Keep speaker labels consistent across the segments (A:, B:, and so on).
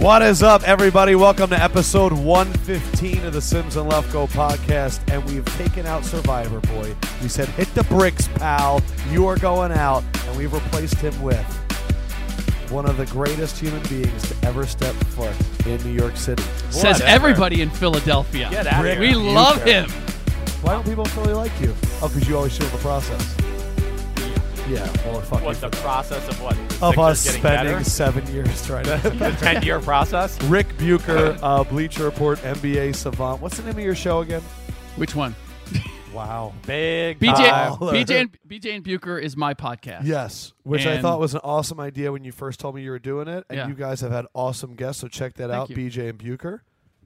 A: What is up, everybody? Welcome to episode 115 of the Sims and Lefko podcast. And we've taken out Survivor Boy. We said, hit the bricks, pal. You are going out. And we've replaced him with one of the greatest human beings to ever step foot in New York City.
B: Says everybody in Philadelphia.
C: Get outta here.
B: we love him.
A: Why don't people really like you? Oh, because you always show the process. Yeah, well, fuck you
C: What
A: for
C: the
A: that.
C: process of what?
A: Of
C: Sixers
A: us
C: getting
A: spending
C: better?
A: seven years trying to.
C: the ten-year process.
A: Rick Bucher, uh, Bleacher Report, NBA savant. What's the name of your show again?
B: Which one?
A: Wow.
C: Big.
B: BJ,
A: Tyler.
B: BJ, and, BJ and Bucher is my podcast.
A: Yes, which I
B: And-
A: thought was an awesome idea when you first told me you were doing it, and
B: Yeah.
A: you guys have had awesome guests. So check that out,
B: you.
A: BJ and Bucher.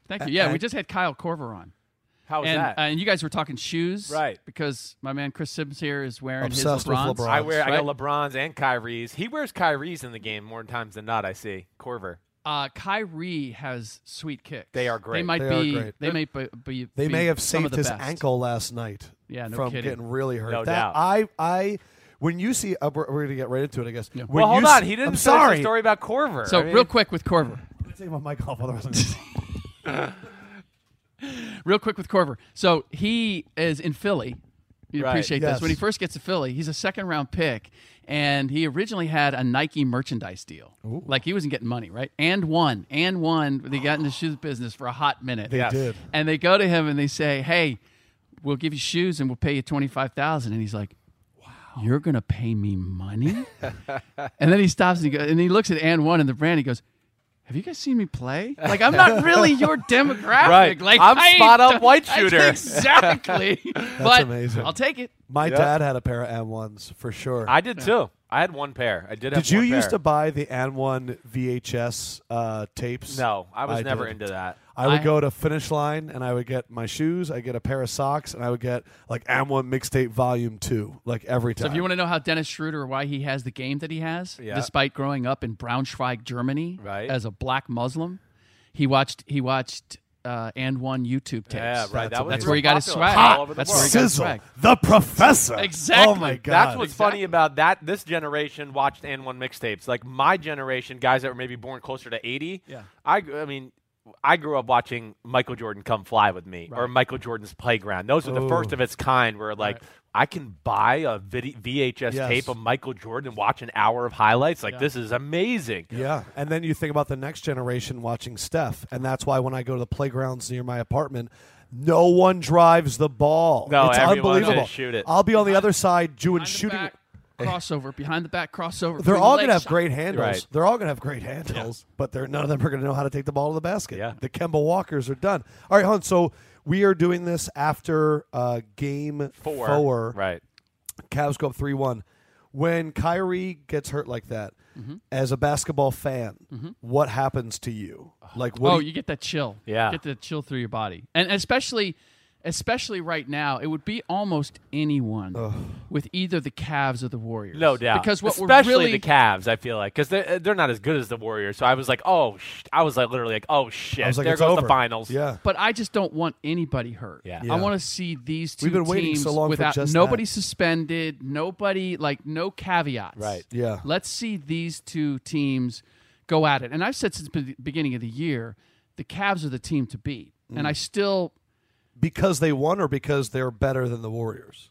B: Thank you. Yeah,
A: And-
B: we just had Kyle Corver on.
C: How was
B: and, uh,
C: that?
B: and you guys were talking shoes.
C: Right.
B: Because my man Chris Sims here is wearing
A: Obsessed
B: his
A: with
B: LeBrons.
A: LeBron.
C: I wear. I
B: right.
C: got LeBrons and Kyrie's. He wears Kyrie's in the game more times than not. I see Corver.
B: Uh, Kyrie has sweet kicks.
C: They are great.
B: They might
A: They are
B: be.
A: great.
B: They may be. be
A: They
B: be
A: may have
B: some
A: saved
B: of the
A: his
B: best.
A: ankle last night.
B: Yeah, no
A: from
B: kidding.
A: getting really hurt.
C: No
A: that,
C: doubt.
A: I, I, when you see, uh, we're, we're gonna get right into it, I guess. When
C: well,
A: you
C: hold
A: s-
C: on. He didn't
A: I'm
C: finish
A: sorry.
C: the story about Corver.
B: So
C: I mean,
B: real quick with Corver.
A: I'm taking my mic off. Otherwise, I'm gonna-
B: real quick with Corver. So he is in Philly. You
C: Right.
B: appreciate
A: Yes.
B: this. When he first gets to Philly, he's a second round pick, and he originally had a Nike merchandise deal. Like he wasn't getting money, right? And one, and one. They got in the shoes business for a hot minute.
A: they
C: Yes.
A: did.
B: And they go to him and they say, "Hey, we'll give you shoes and we'll pay you twenty five thousand. And he's like, "Wow, you're gonna pay me money?" and then he stops and he goes, and he looks at and one and the brand. He goes. Have you guys seen me play? Like I'm not really your demographic.
C: Right.
B: Like
C: I'm
B: I
C: spot on
B: don't-
C: white
B: I-
C: shooter.
B: Exactly. but
A: amazing.
B: I'll take it.
A: My
C: Yeah.
A: dad had a pair of M1s for sure.
C: I did too. I had one pair. I did. Have
A: did you
C: one
A: used
C: pair.
A: to buy the N1 VHS uh, tapes?
C: No, I was never
A: did.
C: into that.
A: I would
B: I-
A: go to Finish Line and I would get my shoes, I get a pair of socks, and I would get like Am1 mixtape volume two, like every time.
B: So if you want to know how Dennis Schroeder why he has the game that he has,
C: Yeah.
B: despite growing up in Braunschweig, Germany,
C: Right.
B: as a black Muslim, he watched he watched uh, and one YouTube tapes.
C: Yeah,
A: That's
C: right. That was
A: amazing.
B: That's where he got his
C: popular
B: swag.
C: all over the
B: That's
C: world.
B: where he got his
A: Sizzle,
B: swag.
A: the professor.
B: Exactly.
A: Oh my
B: That's
A: god.
C: That's what's
B: Exactly.
C: funny about that. This generation watched and one mixtapes. Like my generation, guys that were maybe born closer to eighty.
B: Yeah.
C: I, gr- I mean, I grew up watching Michael Jordan come fly with me or
B: Right.
C: Michael Jordan's Playground. Those were the first
A: Oh.
C: of its kind. Where like
B: Right.
C: I can buy a vid- VHS
A: Yes.
C: tape of Michael Jordan and watch an hour of highlights. Like
B: Yeah.
C: this is amazing.
A: Yeah, and then you think about the next generation watching Steph, and that's why when I go to the playgrounds near my apartment, no one drives the ball.
C: No,
A: it's
C: everyone
A: unbelievable.
C: just shoot it.
A: I'll be on the other side doing
B: Behind the
A: shooting.
B: back crossover, behind the back crossover.
A: They're
B: between
A: all
B: leg
A: gonna have
B: shot.
A: great handles.
C: Right.
A: They're all gonna have great handles, but they're none of them are gonna know how to take the ball to the basket.
C: Yeah.
A: The Kemba Walkers are done. All right, hon. So we are doing this after uh, game
C: Four.
A: four.
C: Right.
A: Cavs go up three one. When Kyrie gets hurt like that,
C: Mm-hmm.
A: as a basketball fan, what happens to you? Like what?
B: oh,
A: do
B: you, get that chill.
C: Yeah.
B: get the chill through your body, and especially, especially right now, it would be almost anyone with either the Cavs or the Warriors.
C: No doubt.
B: because what
C: especially
B: we're really
C: the Cavs, I feel like, because they're they're not as good as the Warriors. So I was like, oh, sh-. I was like literally like, oh shit,
A: I was like,
C: there
A: it's
C: goes
A: over.
C: the finals.
A: Yeah.
B: But I just don't want anybody hurt.
C: Yeah.
A: Yeah.
B: I want to see these two
A: We've been waiting
B: teams
A: so long for
B: without
A: just
B: nobody
A: that.
B: suspended, nobody like no caveats.
C: Right.
A: Yeah.
B: Let's see these two teams go at it. And I've said since the beginning of the year, the Cavs are the team to beat. And
A: Mm.
B: I still
A: Because they won, or because they're better than the Warriors?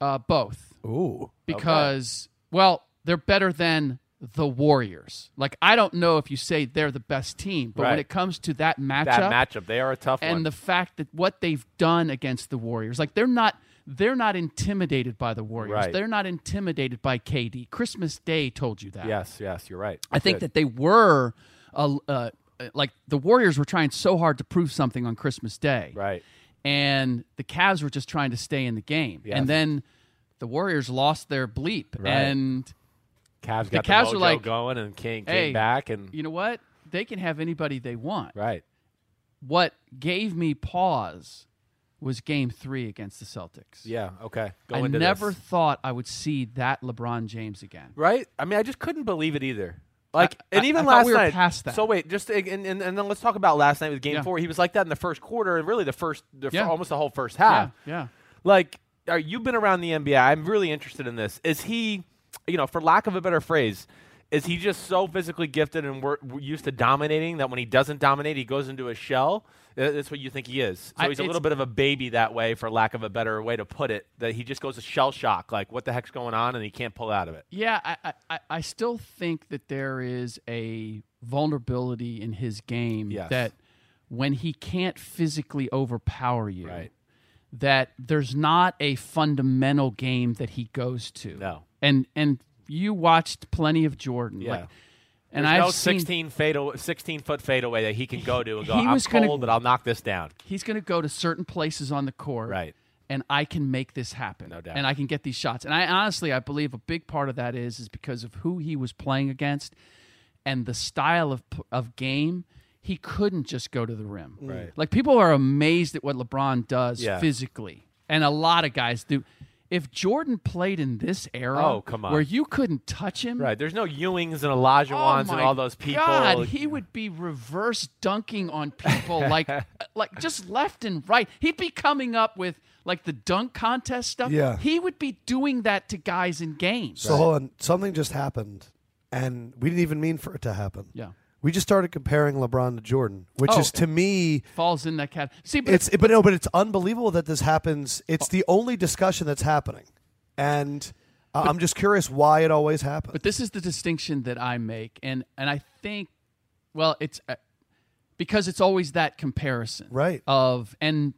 B: uh, both
A: Ooh.
B: because well, they're better than the Warriors. Like I don't know if you say they're the best team, but when
C: Right.
B: it comes to that matchup,
C: That matchup, they are a tough one.
B: and the fact that what they've done against the Warriors, like they're not they're not intimidated by the Warriors.
C: Right.
B: They're not intimidated by KD. Christmas Day told you that.
C: yes, yes, you're right.
B: I think that they were, uh, uh, like the Warriors were trying so hard to prove something on Christmas Day,
C: Right.
B: and the Cavs were just trying to stay in the game. And then the Warriors lost their bleep, and
C: Cavs got the,
B: Cavs
C: mojo
B: were like,
C: going, and King came
B: "Hey,
C: back, and
B: you know what? They can have anybody they want.
C: right.
B: What gave me pause was Game Three against the Celtics.
C: Yeah. Okay. Go
B: I
C: into
B: never
C: this.
B: thought I would see that LeBron James again.
C: right. I mean, I just couldn't believe it either. Like,
B: I-
C: and even
B: I thought
C: last
B: we were
C: night.
B: past that.
C: So wait, just and, and and then let's talk about last night with Game
B: Yeah.
C: Four. He was like that in the first quarter, and really the first, the,
B: Yeah.
C: almost the whole first half.
B: Yeah,
C: Like, uh, are, you've been around the NBA. I'm really interested in this. Is he, you know, for lack of a better phrase, Is he just so physically gifted and we're, we're used to dominating that when he doesn't dominate, he goes into a shell? Th- That's what you think he is. So
B: I-
C: he's a
B: it's-
C: little bit of a baby that way, for lack of a better way to put it. That he just goes a shell shock, like what the heck's going on, and he can't pull out of it.
B: Yeah, I, I- I, I still think that there is a vulnerability in his game
C: Yes.
B: that when he can't physically overpower you,
C: Right.
B: that there's not a fundamental game that he goes to.
C: No.
B: And and you watched plenty of Jordan.
C: Yeah.
B: Like, and
C: There's
B: I've
C: no
B: seen
C: 16 fatal, 16 foot fadeaway that he can go to and go.
B: he
C: I'm
B: was gonna-
C: cold, but I'll knock this down.
B: he's going to go to certain places on the court.
C: Right.
B: And I can make this happen.
C: No doubt.
B: And I can get these shots. And I honestly, I believe a big part of that is is because of who he was playing against and the style of p- of game. He couldn't just go to the rim.
C: Mm. Right.
B: Like people are amazed at what LeBron does
C: Yeah.
B: physically. And a lot of guys do. If Jordan played in this era
C: Oh, come on.
B: where you couldn't touch him,
C: Right. There's no Ewings and Olajuwons and
B: Oh my
C: all those people.
B: God, he would be reverse dunking on people like uh, like just left and right. He'd be coming up with like the dunk contest stuff.
A: Yeah.
B: He would be doing that to guys in games.
A: So hold on, something just happened, and we didn't even mean for it to happen.
B: Yeah.
A: we just started comparing LeBron to Jordan, which
B: Oh.
A: is to me,
B: Falls in that category. See, but
A: it's but no, but it's unbelievable that this happens. It's the only discussion that's happening, and uh, I'm just curious why it always happens.
B: But this is the distinction that I make, and and I think, well, it's uh, because it's always that comparison,
A: Right.
B: Of and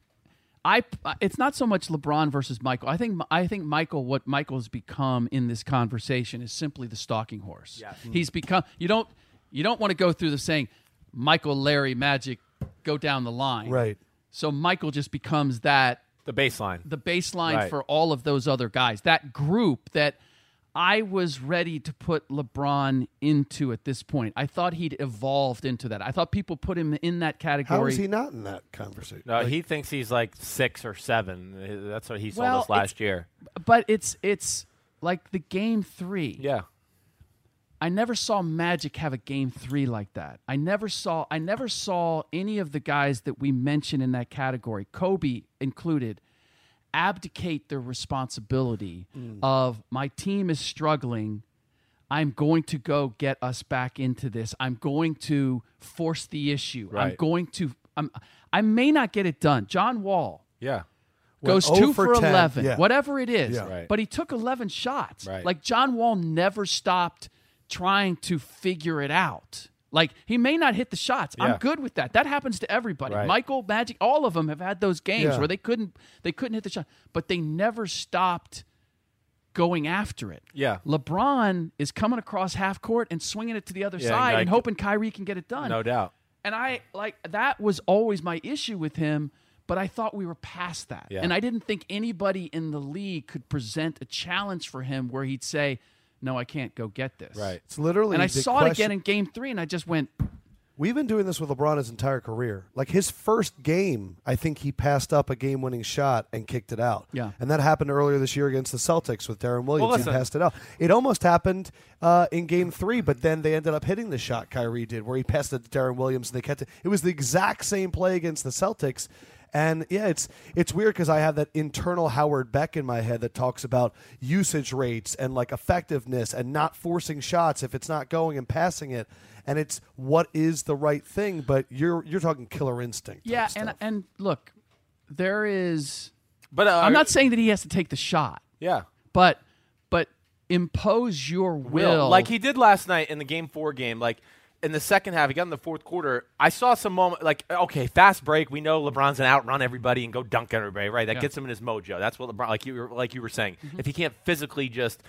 B: I, it's not so much LeBron versus Michael. I think I think Michael, what Michael's become in this conversation is simply the stalking horse. Yeah. he's become. You don't you don't want to go through the saying, Michael, Larry, Magic, go down the line,
A: right.
B: So Michael just becomes that
C: the baseline.
B: the baseline
C: Right.
B: for all of those other guys. That group that I was ready to put LeBron into at this point. I thought he'd evolved into that. I thought people put him in that
A: How
B: category.
A: is he not in that conversation?
C: No, Uh, he thinks he's like six or seven. Uh, That's what he sold
B: Well,
C: us last year.
B: but it's it's like the game 3.
C: Yeah.
B: I never saw Magic have a game 3 like that. I never saw I never saw any of the guys that we mention in that category, Kobe included, abdicate their responsibility of my team is struggling. I'm going to go get us back into this. I'm going to force the issue. I'm
C: Right.
B: going to. I'm, I may not get it done. John Wall
C: Yeah.
B: goes
A: Went 0
B: two
A: for
B: for
A: 10.
B: eleven,
A: Yeah.
B: whatever it is.
A: Yeah.
C: Right.
B: But he took eleven shots.
C: Right.
B: Like John Wall never stopped trying to figure it out. Like he may not hit the shots.
C: Yeah.
B: I'm good with that. That happens to everybody.
C: Right.
B: Michael, Magic, all of them have had those games
A: Yeah.
B: where they couldn't they couldn't hit the shot, but they never stopped going after it.
C: Yeah.
B: LeBron is coming across half court and swinging it to the other
C: Yeah,
B: side
C: like-
B: and hoping Kyrie can get it done.
C: No doubt.
B: And I like that was always my issue with him, but I thought we were past that.
C: Yeah.
B: And I didn't think anybody in the league could present a challenge for him where he'd say, "No, I can't go get this."
C: Right.
A: It's literally.
B: And I
A: the
B: saw it
A: question-
B: again in game 3 and I just went,
A: We've been doing this with LeBron his entire career. Like his first game, I think he passed up a game winning shot and kicked it out.
B: Yeah.
A: And that happened earlier this year against the Celtics with Darren Williams.
C: Well,
A: he
C: listen.
A: passed it out. It almost happened uh, in game three, but then they ended up hitting the shot Kyrie did where he passed it to Darren Williams and they kept it. It was the exact same play against the Celtics. And yeah, it's it's weird because I have that internal Howard Beck in my head that talks about usage rates and like effectiveness and not forcing shots if it's not going and passing it, and it's what is the right thing. But you're you're talking killer instinct. type
B: "Yeah,
A: stuff.
B: and and look, there is
C: But uh,
B: I'm not saying that he has to take the shot,
C: Yeah.
B: but but impose your will,
C: Will, like he did last night in the game four game, like in the second half, he got in the fourth quarter. I saw some moment like, okay, fast break. We know LeBron's gonna outrun everybody and go dunk everybody, right? That
B: Yeah. Mm-hmm.
C: gets him in his mojo. That's what LeBron, like you were, like you were saying, if he can't physically just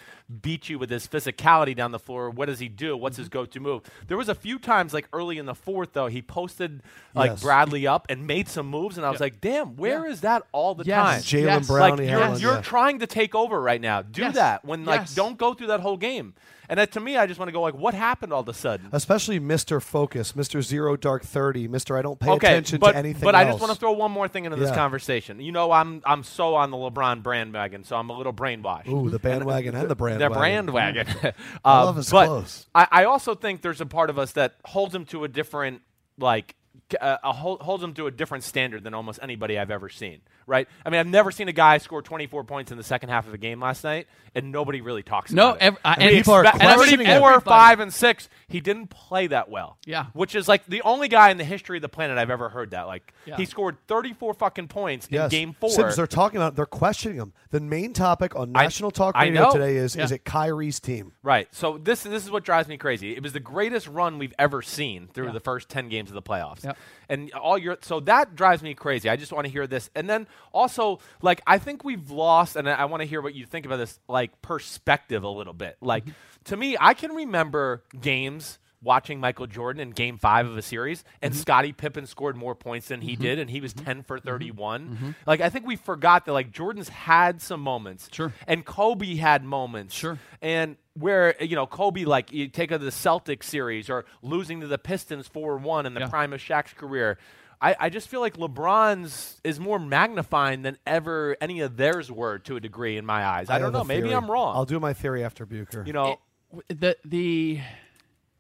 C: beat you with his physicality down the floor, what does he do? What's
B: Mm-hmm.
C: his go-to move? There was a few times like early in the fourth though, he posted like
A: Yes.
C: Bradley up and made some moves, and I was like, damn, where is
B: Yeah.
C: that all the
B: Yes.
C: time?
A: Jalen
B: Yes.
A: Brown,
C: like
A: he
C: you're,
A: had one,
C: you're
A: yeah.
C: trying to take over right now. Do
B: Yes.
C: that when like
B: Yes.
C: don't go through that whole game. And that, to me, I just want to go like, what happened all of a
A: Uh,
C: sudden?
A: especially Mr. Focus, Mr. Zero Dark Thirty, Mr. I don't pay
C: Okay,
A: attention
C: but
A: to anything.
C: but I just
A: else.
C: want to throw one more thing into this
A: Yeah.
C: conversation. You know, I'm I'm so on the LeBron bandwagon, so I'm a little brainwashed.
A: Ooh, the bandwagon and the brand.
C: Their bandwagon. uh,
A: Mm. Love is
C: but
A: close.
C: I, I also think there's a part of us that holds him to a different like uh, a hold, holds him to a different standard than almost anybody I've ever seen, right? I mean, I've never seen a guy score 24 points in the second half of a game last night, and nobody really talks
B: No,
C: about it.
B: ev- I-
C: and
B: and people are
C: expect- and every
B: questioning
C: four,
B: everybody.
C: five, and six, he didn't play that well.
B: Yeah.
C: Which is like the only guy in the history of the planet I've ever heard that. Like,
B: Yeah.
C: he scored 34 fucking points
A: Yes.
C: in game four.
A: Sims, they're talking about, they're questioning him. The main topic on
C: I-
A: national talk
C: I
A: radio
C: know.
A: today is:
B: Yeah.
A: is it Kyrie's team?
C: Right. So this this is what drives me crazy. It was the greatest run we've ever seen through the first ten games of the playoffs.
B: Yep.
C: And all your so that drives me crazy. I just want to hear this. And then also, like, I think we've lost, and I, I want to hear what you think about this, like perspective a little bit. Like
B: Mm-hmm.
C: to me, I can remember games watching Michael Jordan in game five of a series and
B: Mm-hmm.
C: Scottie Pippen scored more points than he did and he was 10 for 31.
B: Mm-hmm.
C: Like I think we forgot that like Jordan's had some moments.
B: Sure.
C: And Kobe had moments.
B: Sure.
C: And where you know Kobe, like you take of the Celtics series or losing to the Pistons four one in the
B: Yeah.
C: prime of Shaq's career, I, I just feel like LeBron's is more magnifying than ever any of theirs were to a degree in my eyes. I, don't
A: have a
C: know. Maybe
A: theory.
C: I'm wrong.
A: I'll do my theory after Bucher.
C: you know,
B: the the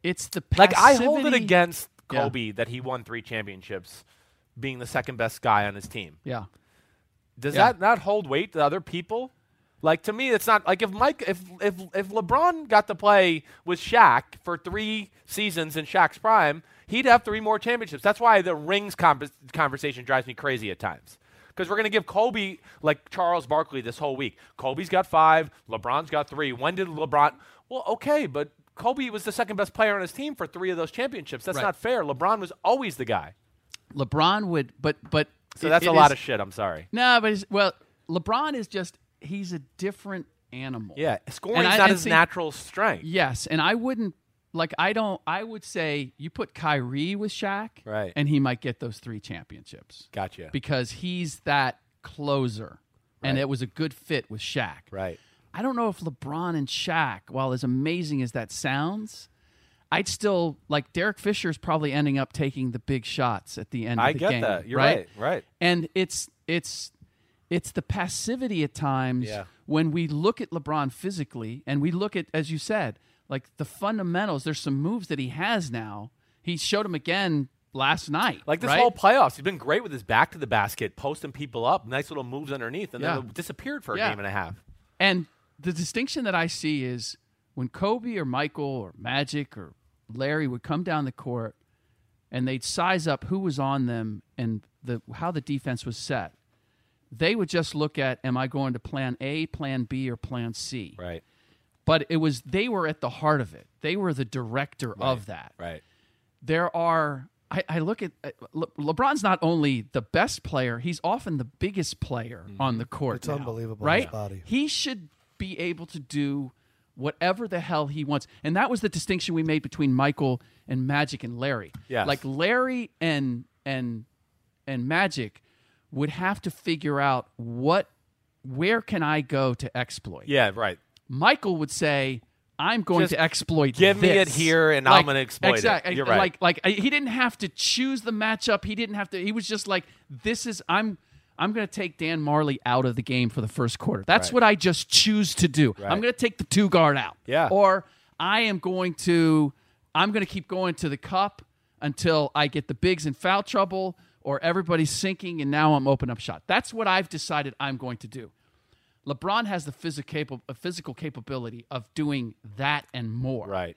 B: it's the
C: like I
B: passivity.
C: hold it against
B: Yeah.
C: Kobe that he won three championships, being the second best guy on his team.
B: Yeah,
C: Does
B: Yeah.
C: that not hold weight to other people? Like to me, it's not like if Mike, if if if LeBron got to play with Shaq for three seasons in Shaq's prime, he'd have three more championships. That's why the rings convers conversation drives me crazy at times. Because we're gonna give Kobe like Charles Barkley this whole week. Kobe's got five, LeBron's got three. When did LeBron? Well, okay, but Kobe was the second best player on his team for three of those championships. That's
B: Right.
C: not fair. LeBron was always the guy.
B: LeBron would, but but
C: So
B: it-
C: that's
B: it
C: a lot
B: is-
C: of shit. I'm sorry.
B: No, but it's, well, LeBron is just he's a different animal.
C: Yeah, scoring's
B: And I-
C: not
B: and
C: his
B: see-
C: natural strength.
B: Yes, and I wouldn't like I don't I would say you put Kyrie with Shaq,
C: Right.
B: and he might get those three championships.
C: Gotcha.
B: Because he's that closer. And
C: Right.
B: it was a good fit with Shaq.
C: Right.
B: I don't know if LeBron and Shaq, while as amazing as that sounds, I'd still like Derek Fisher's probably ending up taking the big shots at the end
C: I
B: of the
C: get
B: game.
C: that. You're right, right.
B: And it's it's it's the passivity at times
C: Yeah.
B: when we look at LeBron physically and we look at, as you said, like the fundamentals, there's some moves that he has now. He showed him again last night.
C: Like this
B: right?
C: whole playoffs, he's been great with his back to the basket, posting people up, nice little moves underneath, and
B: Yeah.
C: then disappeared for a
B: Yeah.
C: game and a half.
B: And the distinction that I see is when Kobe or Michael or Magic or Larry would come down the court and they'd size up who was on them and the how the defense was set. They would just look at am I going to plan A, plan B or plan C.
C: Right,
B: But it was they were at the heart of it. They were the director of that
C: right.
B: there are I, I look at uh, Le, LeBron's not only the best player, he's often the biggest player
C: Mm-hmm.
B: on the court.
A: It's
B: now,
A: unbelievable,
B: right?
A: his body.
B: He should be able to do whatever the hell he wants, and that was the distinction we made between Michael and Magic and Larry.
C: Yes.
B: like Larry and and and Magic would have to figure out what where can I go to exploit.
C: Yeah, right.
B: Michael would say, "I'm going
C: Just
B: to exploit.
C: give me it
B: this."
C: here and I'm gonna exploit it.
B: exact-
C: You're right.
B: Like, like I- he didn't have to choose the matchup. He didn't have to. He was just like, "This is I'm." I'm going to take Dan Marley out of the game for the first quarter. That's what I just choose to do. I'm going to take the two guard out.
C: Yeah.
B: Or I am going to I'm going to keep going to the cup until I get the bigs in foul trouble or everybody's sinking and now I'm open up shot. That's what I've decided I'm going to do. LeBron has the physical, physical capability of doing that and more.
C: Right.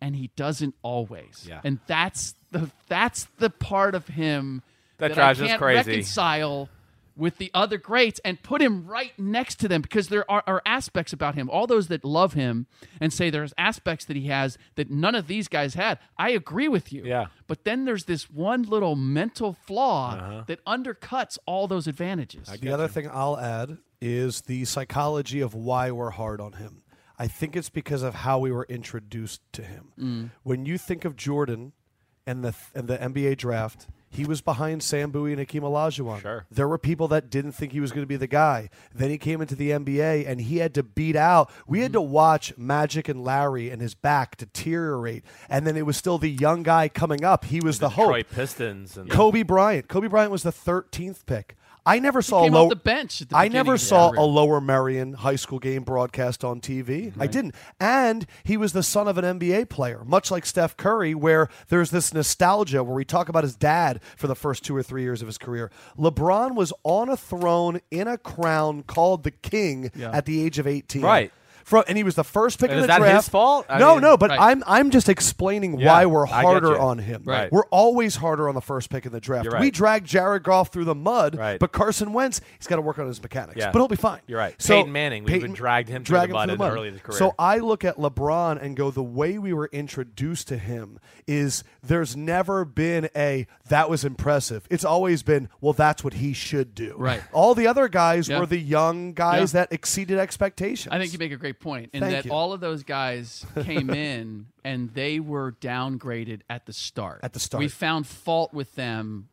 B: And he doesn't always.
C: Yeah.
B: And that's the that's the part of him
C: That
B: I
C: drives us
B: can't
C: crazy.
B: Reconcile with the other greats and put him right next to them because there are, are aspects about him. All those that love him and say there's aspects that he has that none of these guys had. I agree with you.
C: Yeah.
B: But then there's this one little mental flaw
C: Uh-huh.
B: that undercuts all those advantages.
A: The other thing I'll add is the psychology of why we're hard on him. I think it's because of how we were introduced to him.
B: Mm.
A: When you think of Jordan and the and the NBA draft, he was behind Sam Bowie and Hakeem Olajuwon.
C: Sure.
A: There were people that didn't think he was going to be the guy. Then he came into the NBA and he had to beat out. We
B: Mm.
A: had to watch Magic and Larry and his back deteriorate. And then it was still the young guy coming up. He was the, hope.
C: Detroit Pistons and
A: Kobe Bryant. Kobe Bryant was the 13th pick. I never
C: Oh,
A: saw
B: came
A: a low,
B: off the bench at the
A: I
B: beginning
A: never
B: of his
A: saw
B: career.
A: a lower Marion high school game broadcast on TV. I
C: Mm-hmm.
A: didn't. And he was the son of an NBA player, much like Steph Curry, where there's this nostalgia where we talk about his dad for the first two or three years of his career. LeBron was on a throne in a crown called the King
B: Yeah.
A: at the age of 18.
C: Right.
A: From, and he was the first pick in
C: And is
A: the
C: that his
A: draft.
C: fault? I
A: no,
C: mean-
A: no, but
B: Right.
A: I'm I'm just explaining
C: Yeah,
A: why we're
C: I get
A: harder
C: you.
A: on him.
C: Right.
A: We're always harder on the first pick in the draft.
C: You're right.
A: We dragged Jared Goff through the mud,
C: Right.
A: but Carson Wentz, he's got to work on his mechanics,
C: Yeah.
A: but he'll be fine.
C: You're right. Peyton Manning, we even dragged him through the mud in early in his career.
A: So I look at LeBron and go, the way we were introduced to him is there's never been a that was impressive. It's always been, well, that's what he should do.
B: Right.
A: All the other guys
B: Yeah.
A: were the young guys
B: Yeah.
A: that exceeded expectations.
B: I think you make a great point in
A: Thank
B: that
A: you.
B: all of those guys came in and they were downgraded at the start.
A: At the start.
B: we found fault with them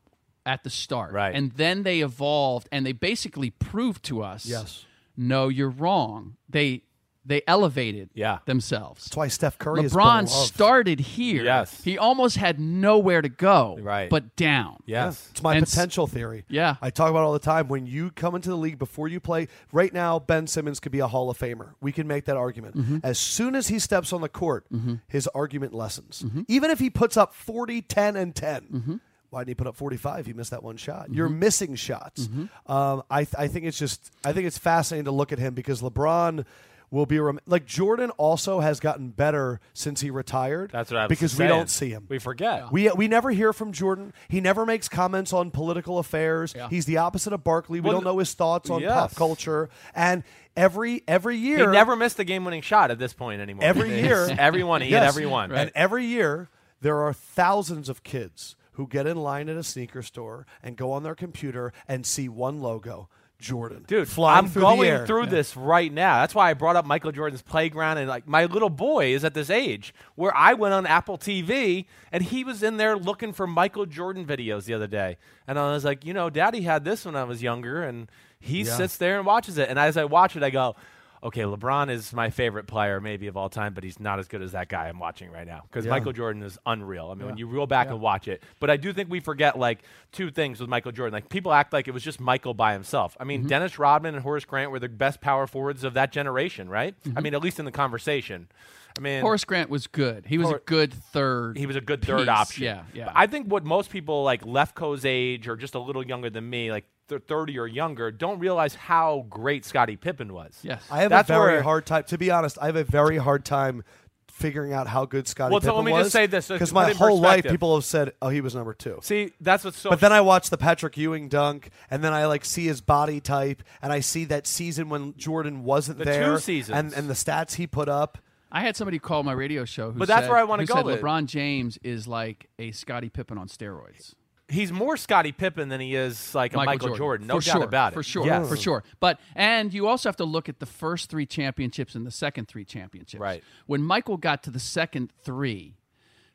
B: at the start,
C: Right.
B: And then they evolved and they basically proved to us,
A: Yes.
B: no, you're wrong. They they elevated,
C: Yeah.
B: themselves.
A: that's why Steph Curry is
B: LeBron
A: beloved.
B: started here.
C: Yes.
B: he almost had nowhere to go,
C: Right.
B: But down.
C: Yes.
A: It's my
B: And s-
A: potential theory.
B: Yeah.
A: I talk about it all the time. When you come into the league before you play, right now, Ben Simmons could be a Hall of Famer. We can make that argument.
B: Mm-hmm.
A: As soon as he steps on the court, his argument lessens.
B: Mm-hmm.
A: Even if he puts up 40, 10, and 10. Why didn't he put up 45? He missed that one shot.
B: Mm-hmm.
A: You're missing shots. Um, I, th- I think it's just, I think it's fascinating to look at him because LeBron will be, rem- like, Jordan also has gotten better since he retired.
C: That's what I was
A: Because
C: saying.
A: we don't see him.
C: We forget.
A: We, we never hear from Jordan. He never makes comments on political affairs. He's the opposite of Barkley. We
C: Well,
A: don't know his thoughts on
C: yes.
A: pop culture. And every every year,
C: He never missed a game-winning shot at this point anymore.
A: Every
C: It's
A: year.
C: everyone, he hit
A: Yes.
C: everyone.
A: and every year there are thousands of kids who get in line at a sneaker store and go on their computer and see one logo, Jordan.
C: Dude,
A: flying
C: I'm
A: through
C: going
A: the air.
C: through this right now. That's why I brought up Michael Jordan's playground, and like my little boy is at this age where I went on Apple TV and he was in there looking for Michael Jordan videos the other day, and I was like, you know, Daddy had this when I was younger, and he sits there and watches it, and as I watch it, I go. Okay, LeBron is my favorite player, maybe of all time, but he's not as good as that guy I'm watching right now. Because Michael Jordan is unreal. I mean, when you reel back and watch it, but I do think we forget like two things with Michael Jordan. Like people act like it was just Michael by himself. I mean,
B: Mm-hmm.
C: Dennis Rodman and Horace Grant were the best power forwards of that generation, right? I mean, at least in the conversation. I mean,
B: Mm-hmm. Horace Grant was good. He was
C: Hor-
B: a good third.
C: he was a good third
B: piece.
C: option.
B: Yeah, yeah.
C: But I think what most people like Lefko's age or just a little younger than me, like th- 30 or younger, don't realize how great Scottie Pippen was.
B: yes.
A: I have
C: That's
A: a very
C: where-
A: hard time. To be honest, I have a very hard time figuring out how good Scottie
C: Well, so
A: Pippen
C: let me just
A: was,
C: say this, so
A: because
C: put
A: my
C: it in
A: whole life
C: perspective.
A: people have said, "Oh, he was number two.
C: See, that's what's so
A: But then I watch the Patrick Ewing dunk, and then I like see his body type, and I see that season when Jordan wasn't
C: The two
A: there,
C: seasons.
A: and and the stats he put up.
B: I had somebody call my radio show who
C: But that's
B: said,
C: where I wanna
B: who
C: go
B: said
C: with it.
B: LeBron James is like a Scottie Pippen on steroids.
C: he's more Scottie Pippen than he is like a Michael Jordan. No
B: for
C: doubt
B: sure,
C: about it.
B: For sure,
C: Yes.
B: for sure. But and you also have to look at the first three championships and the second three championships.
C: Right.
B: When Michael got to the second three,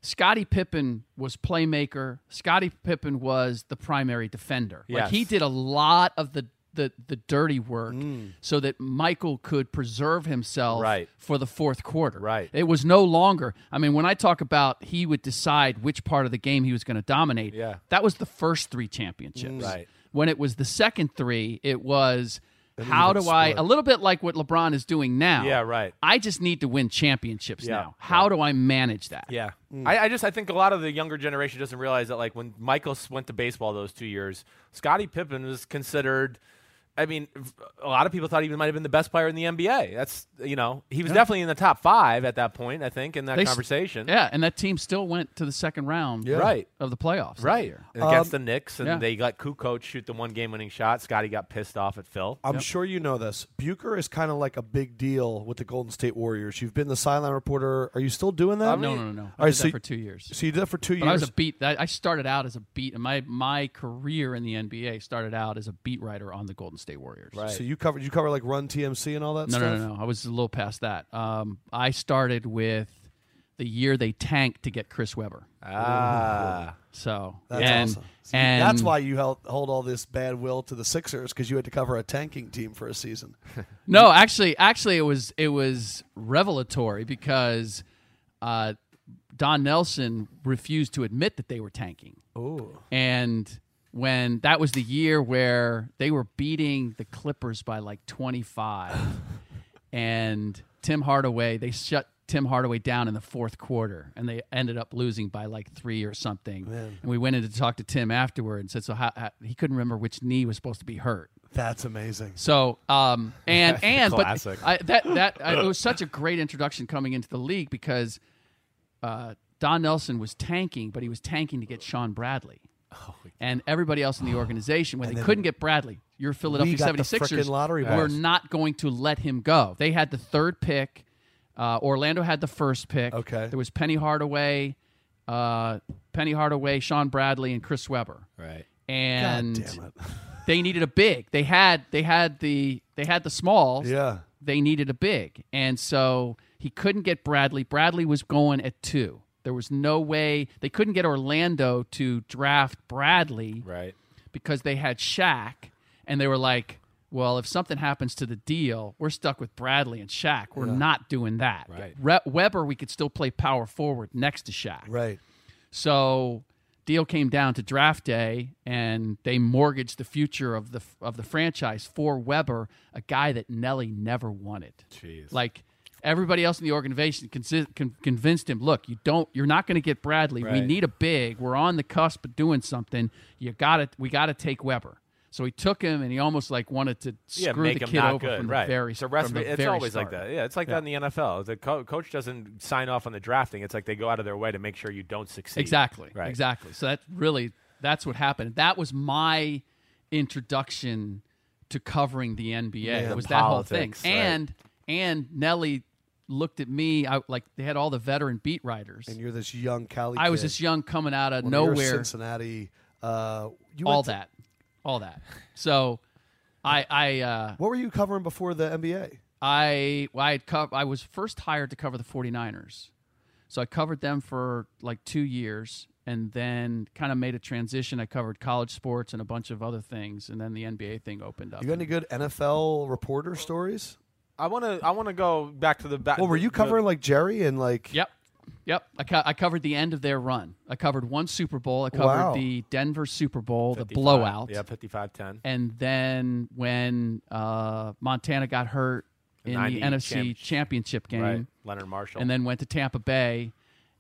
B: Scottie Pippen was playmaker. Scottie Pippen was the primary defender.
C: Yes.
B: Like he did a lot of the the, the dirty work so that Michael could preserve himself
C: Mm. Right.
B: for the fourth quarter.
C: Right.
B: It was no longer. I mean, when I talk about he would decide which part of the game he was going to dominate.
C: Yeah.
B: That was the first three championships.
C: Right.
B: When it was the second three, it was how do I a little bit like what LeBron is doing now.
C: Yeah, right.
B: I just need to win championships
C: Yeah,
B: now. How do I manage that?
C: Yeah, I, I just I think a lot of the younger generation doesn't realize that like when Michael s- went to baseball those two years, Scottie Pippen was considered. I mean, v- a lot of people thought he might have been the best player in the NBA. That's you know he was definitely in the top five at that point. I think in that
B: They s-
C: conversation.
B: Yeah, and that team still went to the second round
C: Right.
B: of the playoffs. that
C: Right
B: year.
C: against the Knicks, and
B: yeah.
C: they let Kukoc shoot the one game-winning shot. Scotty got pissed off at Phil.
A: I'm sure you know this. Bucher is kind of like a big deal with the Golden State Warriors. You've been the sideline reporter. Are you still doing that?
B: No, no, no, no. I
A: All right,
B: did
A: so
B: that
A: you-
B: for two years.
A: So you did it for two
B: But I
A: years.
B: was a beat. I I started out as a beat, and my my career in the NBA started out as a beat writer on the Golden State Warriors. Right.
A: So you covered you cover like Run TMC and all that
B: No,
A: stuff.
B: no, no, no. I was a little past that. Um, I started with the year they tanked to get Chris Webber.
C: Ah,
B: So
A: That's
B: and,
A: awesome. So you-
B: and
A: that's why you held, hold all this bad will to the Sixers because you had to cover a tanking team for a season.
B: No, actually, actually, it was it was revelatory because uh, Don Nelson refused to admit that they were tanking. Oh, and when that was the year where they were beating the Clippers by like 25. and Tim Hardaway, they shut Tim Hardaway down in the fourth quarter and they ended up losing by like three or something. And we went in to talk to Tim afterward and said, so how, how, he couldn't remember which knee was supposed to be hurt.
A: That's amazing.
B: So um and and
C: classic.
B: but I, that that I, it was such a great introduction coming into the league because uh, Don Nelson was tanking, but he was tanking to get Sean Bradley. and everybody else in the organization, when they couldn't get Bradley, your Philadelphia
A: got the
B: 76ers
A: frickin' lottery
B: were
A: balls.
B: not going to let him go. They had the third pick. Uh, Orlando had the first pick.
A: Okay.
B: There was Penny Hardaway, uh, Penny Hardaway, Sean Bradley, and Chris Webber
C: Right.
B: and
A: damn it.
B: they needed a big. They had they had the they had the smalls.
A: Yeah.
B: They needed a big. And so he couldn't get Bradley. Bradley was going at 2. There was no way they couldn't get Orlando to draft Bradley
C: Right.
B: because they had Shaq and they were like, well, if something happens to the deal, we're stuck with Bradley and Shaq. We're not doing that.
C: Right.
B: Re- Weber, we could still play power forward next to Shaq.
A: Right.
B: So deal came down to draft day, and they mortgaged the future of the of the franchise for Weber, a guy that Nelly never wanted.
C: Jeez.
B: Like everybody else in the organization consi- con- convinced him, look, you don't, you're not going to get Bradley. We
C: Right.
B: need a big. We're on the cusp of doing something. You got to, we got to take Weber. So he took him, and he almost like wanted to
C: Yeah,
B: screw
C: make
B: the
C: him
B: kid
C: not
B: over
C: good.
B: from
C: right.
B: the very.
C: so rest
B: from the
C: it's
B: very
C: always
B: start.
C: like that. Yeah, it's like that in the NFL. The co- coach doesn't sign off on the drafting. It's like they go out of their way to make sure you don't succeed.
B: Exactly.
C: Right.
B: Exactly. So that really that's what happened. That was my introduction to covering the NBA. it was that
C: politics,
B: whole
C: right.
B: thing. And and Nelly looked at me I, like they had all the veteran beat writers.
A: And you're this young Cali.
B: I was
A: kid.
B: just young coming out of
A: Well, you're a
B: nowhere.
A: Cincinnati. Uh, you
B: All
A: went to-
B: that. All that. So I I uh
A: What were you covering before the NBA?
B: I well, I had co- I was first hired to cover the 49ers. So I covered them for like 2 years and then kind of made a transition. I covered college sports and a bunch of other things and then the NBA thing opened up.
A: You got any good NFL reporter stories?
C: I want to. I want to go back to the back.
A: Well, were you covering like Jerry and like?
B: yep. Yep. I, co- I covered the end of their run. I covered one Super Bowl. I covered
A: Wow.
B: the Denver Super Bowl, the blowout.
C: Yeah, fifty-five ten.
B: And then when uh, Montana got hurt in the
C: 90
B: NFC
C: champ-
B: championship game
C: Right. Leonard Marshall.
B: and then went to Tampa Bay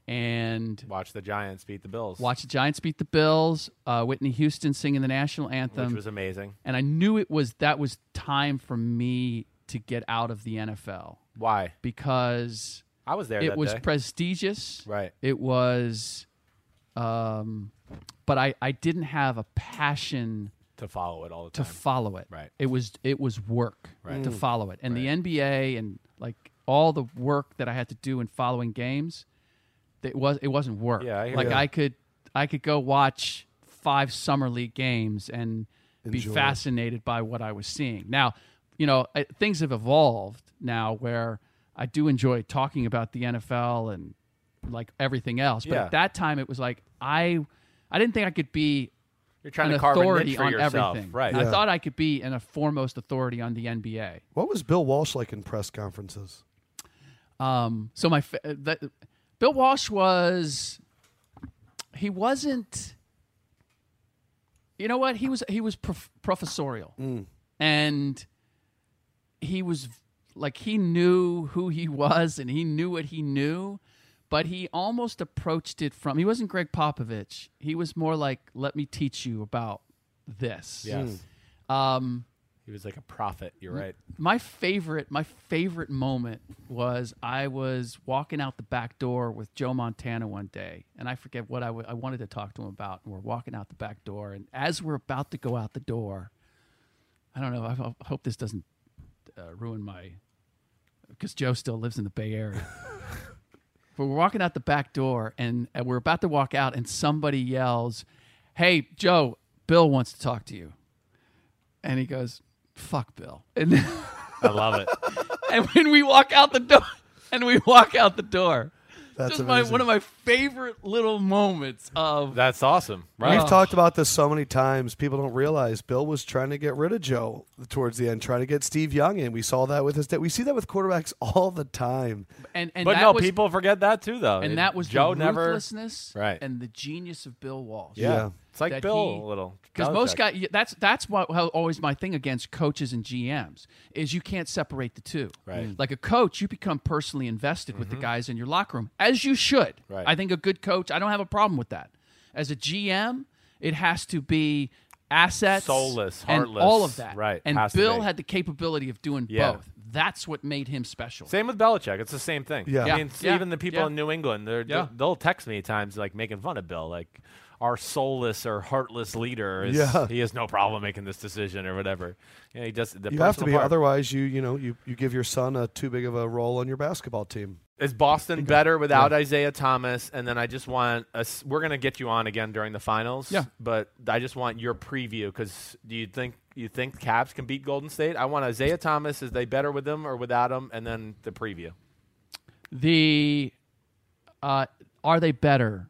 B: and
C: watch the Giants beat the Bills.
B: Watch the Giants beat the Bills. Uh, Whitney Houston singing the national anthem,
C: which was amazing.
B: and I knew it was that was time for me to get out of the NFL
C: Why?
B: because
C: I was there.
B: it
C: that
B: was
C: day.
B: prestigious.
C: Right.
B: It was, um, but I I didn't have a passion
C: to follow it all the
B: to
C: time.
B: follow it.
C: Right.
B: It was it was work
C: Right.
B: to follow it, and the NBA and like all the work that I had to do in following games, it was it wasn't work.
C: Yeah, I hear
B: like
C: you.
B: I could I could go watch five summer league games and
A: Enjoy.
B: be fascinated by what I was seeing. Now, you know I, things have evolved now where I do enjoy talking about the NFL and like everything else, but
C: Yeah.
B: at that time it was like I I didn't think I could be
C: You're trying
B: an
C: to carve a
B: authority
C: niche for
B: on
C: yourself,
B: everything.
C: right?
B: I thought I could be an, a foremost authority on the NBA.
A: What was Bill Walsh like in press conferences?
B: Um, so my fa- uh, that, Bill Walsh was he wasn't. You know what he was? He was prof- professorial, and he was like he knew who he was and he knew what he knew, but he almost approached it from. He wasn't Greg Popovich. He was more like, "Let me teach you about this."
C: Yes.
B: Um,
C: He was like a prophet. You're
B: Mm.
C: right.
B: my favorite my favorite moment was I was walking out the back door with Joe Montana one day, and I forget what I wa- I wanted to talk to him about. And we're walking out the back door, and as we're about to go out the door, I don't know. I ho- hope this doesn't uh, ruin my because Joe still lives in the Bay Area. but we're walking out the back door, and, and we're about to walk out, and somebody yells, "Hey, Joe! Bill wants to talk to you." And he goes, "Fuck Bill!" And
C: I love it.
B: and when we walk out the door, and we walk out the door,
A: That's
B: just my,
A: amazing.
B: one of my favorite little moments of
C: That's awesome, right?
A: We've talked about this so many times. People don't realize Bill was trying to get rid of Joe towards the end, trying to get Steve Young in. We saw that with his. We see that with quarterbacks all the time.
B: and and
C: but
B: that
C: no,
B: was,
C: people forget that too, though.
B: and that was
C: Joe
B: the
C: never.
B: ruthlessness
C: Right.
B: and the genius of Bill Walsh.
C: Yeah.
A: Yeah.
C: it's like
B: That
C: Bill
B: he-
C: a little.
B: Because most
C: Belichick.
B: guys, that's that's what how always my thing against coaches and GMs is you can't separate the two.
C: Right. Mm.
B: Like a coach, you become personally invested with the guys in your locker room, as you should.
C: Right.
B: I think a good coach, I don't have a problem with that. As a GM, it has to be assets,
C: Soulless,
B: and
C: heartless.
B: all of that.
C: Right.
B: And
C: Has to
B: Bill
C: be.
B: had the capability of doing
C: Yeah.
B: both. That's what made him special.
C: Same with Belichick. It's the same thing.
A: Yeah.
C: I mean,
B: Yeah.
C: even the people
B: Yeah.
C: in New England, they're,
B: Yeah.
C: they'll text me at times like making fun of Bill, like our soulless or heartless leader. Is,
A: Yeah.
C: he has no problem making this decision or whatever. Yeah, he does. The
A: You have to
C: personal
A: be,
C: part.
A: otherwise you you know you, you give your son a too big of a role on your basketball team.
C: Is Boston better without Isaiah Thomas? And then I just want us. We're gonna get you on again during the finals.
B: Yeah.
C: But I just want your preview because do you think you think Caps can beat Golden State? I want Isaiah Thomas. Is they better with him or without him? And then the preview.
B: The uh, are they better?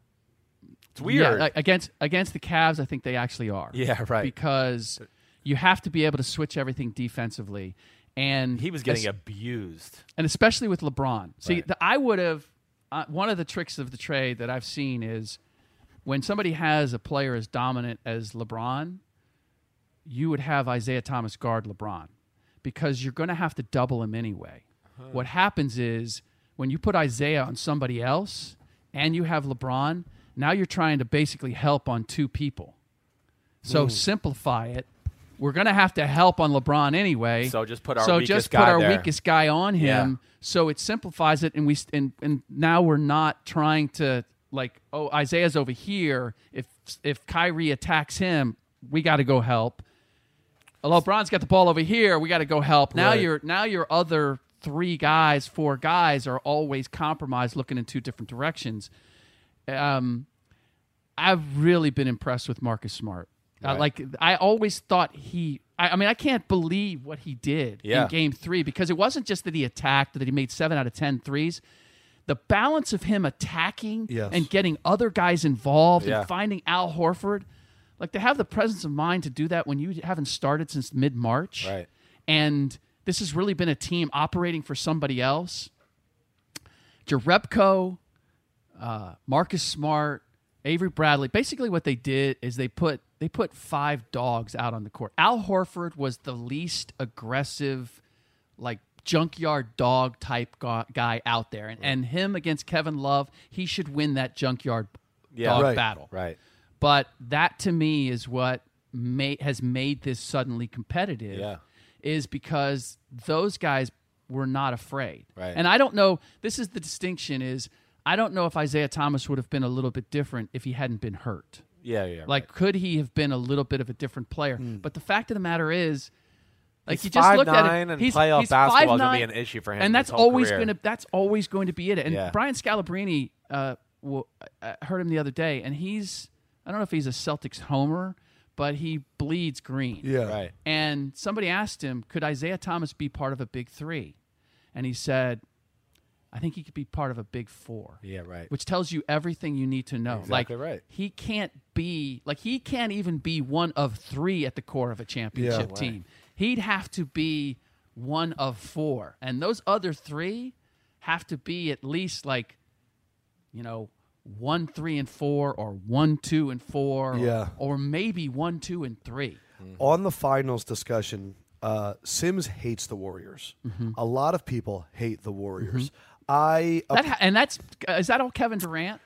C: It's weird.
B: Yeah, a- against against the Cavs, I think they actually are.
C: Yeah, right.
B: Because you have to be able to switch everything defensively, and
C: he was getting
B: es-
C: abused.
B: and especially with LeBron. See,
C: Right.
B: the, I would have uh, one of the tricks of the trade that I've seen is when somebody has a player as dominant as LeBron, you would have Isaiah Thomas guard LeBron because you're going to have to double him anyway.
C: Uh-huh.
B: What happens is when you put Isaiah on somebody else and you have LeBron, now you're trying to basically help on two people.
C: Hmm.
B: So simplify it. We're going to have to help on LeBron anyway.
C: So just put our
B: so
C: weakest
B: just
C: guy
B: put our
C: there.
B: weakest guy on him.
C: Yeah.
B: So it simplifies it, and we and and now we're not trying to like oh Isaiah's over here. If if Kyrie attacks him, we got to go help. LeBron's got the ball over here. We got to go help. Now
A: Right.
B: your now your other three guys, four guys are always compromised, looking in two different directions. Um, I've really been impressed with Marcus Smart. Uh,
C: Right.
B: like I always thought he. I, I mean, I can't believe what he did
C: Yeah.
B: in Game Three because it wasn't just that he attacked or that he made seven out of ten threes. The balance of him attacking
A: Yes.
B: and getting other guys involved
C: Yeah.
B: and finding Al Horford, like to have the presence of mind to do that when you haven't started since mid March,
C: Right.
B: And this has really been a team operating for somebody else. Jarebko, uh, Marcus Smart, Avery Bradley. Basically, what they did is they put they put five dogs out on the court. Al Horford was the least aggressive, like junkyard dog type go- guy out there, and, and him against Kevin Love, he should win that junkyard
C: Yeah.
B: dog
A: Right.
B: battle.
C: Right.
B: But that to me is what ma- has made this suddenly competitive.
C: Yeah.
B: Is because those guys were not afraid.
C: Right.
B: And I don't know. This is the distinction: is I don't know if Isaiah Thomas would have been a little bit different if he hadn't been hurt.
C: Yeah. Yeah.
B: Like, could he have been a little bit of a different player? But the fact of the matter is, like
C: Hmm. He's
B: you just looked at
C: 5'9"
B: it,
C: and
B: he's,
C: playoff
B: he's
C: basketball is
B: 5'9",
C: gonna be an issue for him
B: and
C: his
B: that's
C: whole
B: always
C: career.
B: going to that's always going to be it. And
C: Yeah.
B: Brian Scalabrine, uh, well, I I heard him the other day, and he's I don't know if he's a Celtics homer, but he bleeds green.
A: Yeah,
C: right.
B: And somebody asked him, could Isaiah Thomas be part of a big three? And he said, I think he could be part of a big four
C: Yeah. Right.
B: which tells you everything you need to know.
C: Exactly
B: like
C: right.
B: he can't be like he can't even be one of three at the core of a championship
A: Yeah.
B: team. He'd have to be one of four, and those other three have to be at least like you know one, three, and four, or one, two, and four, or-
A: Yeah.
B: or, maybe one, two, and three.
A: Mm-hmm. On the finals discussion, uh, Sims hates the Warriors.
B: Mm-hmm.
A: A lot of people hate the Warriors. I
B: That ha- and Mm-hmm. that's is that all Kevin Durant?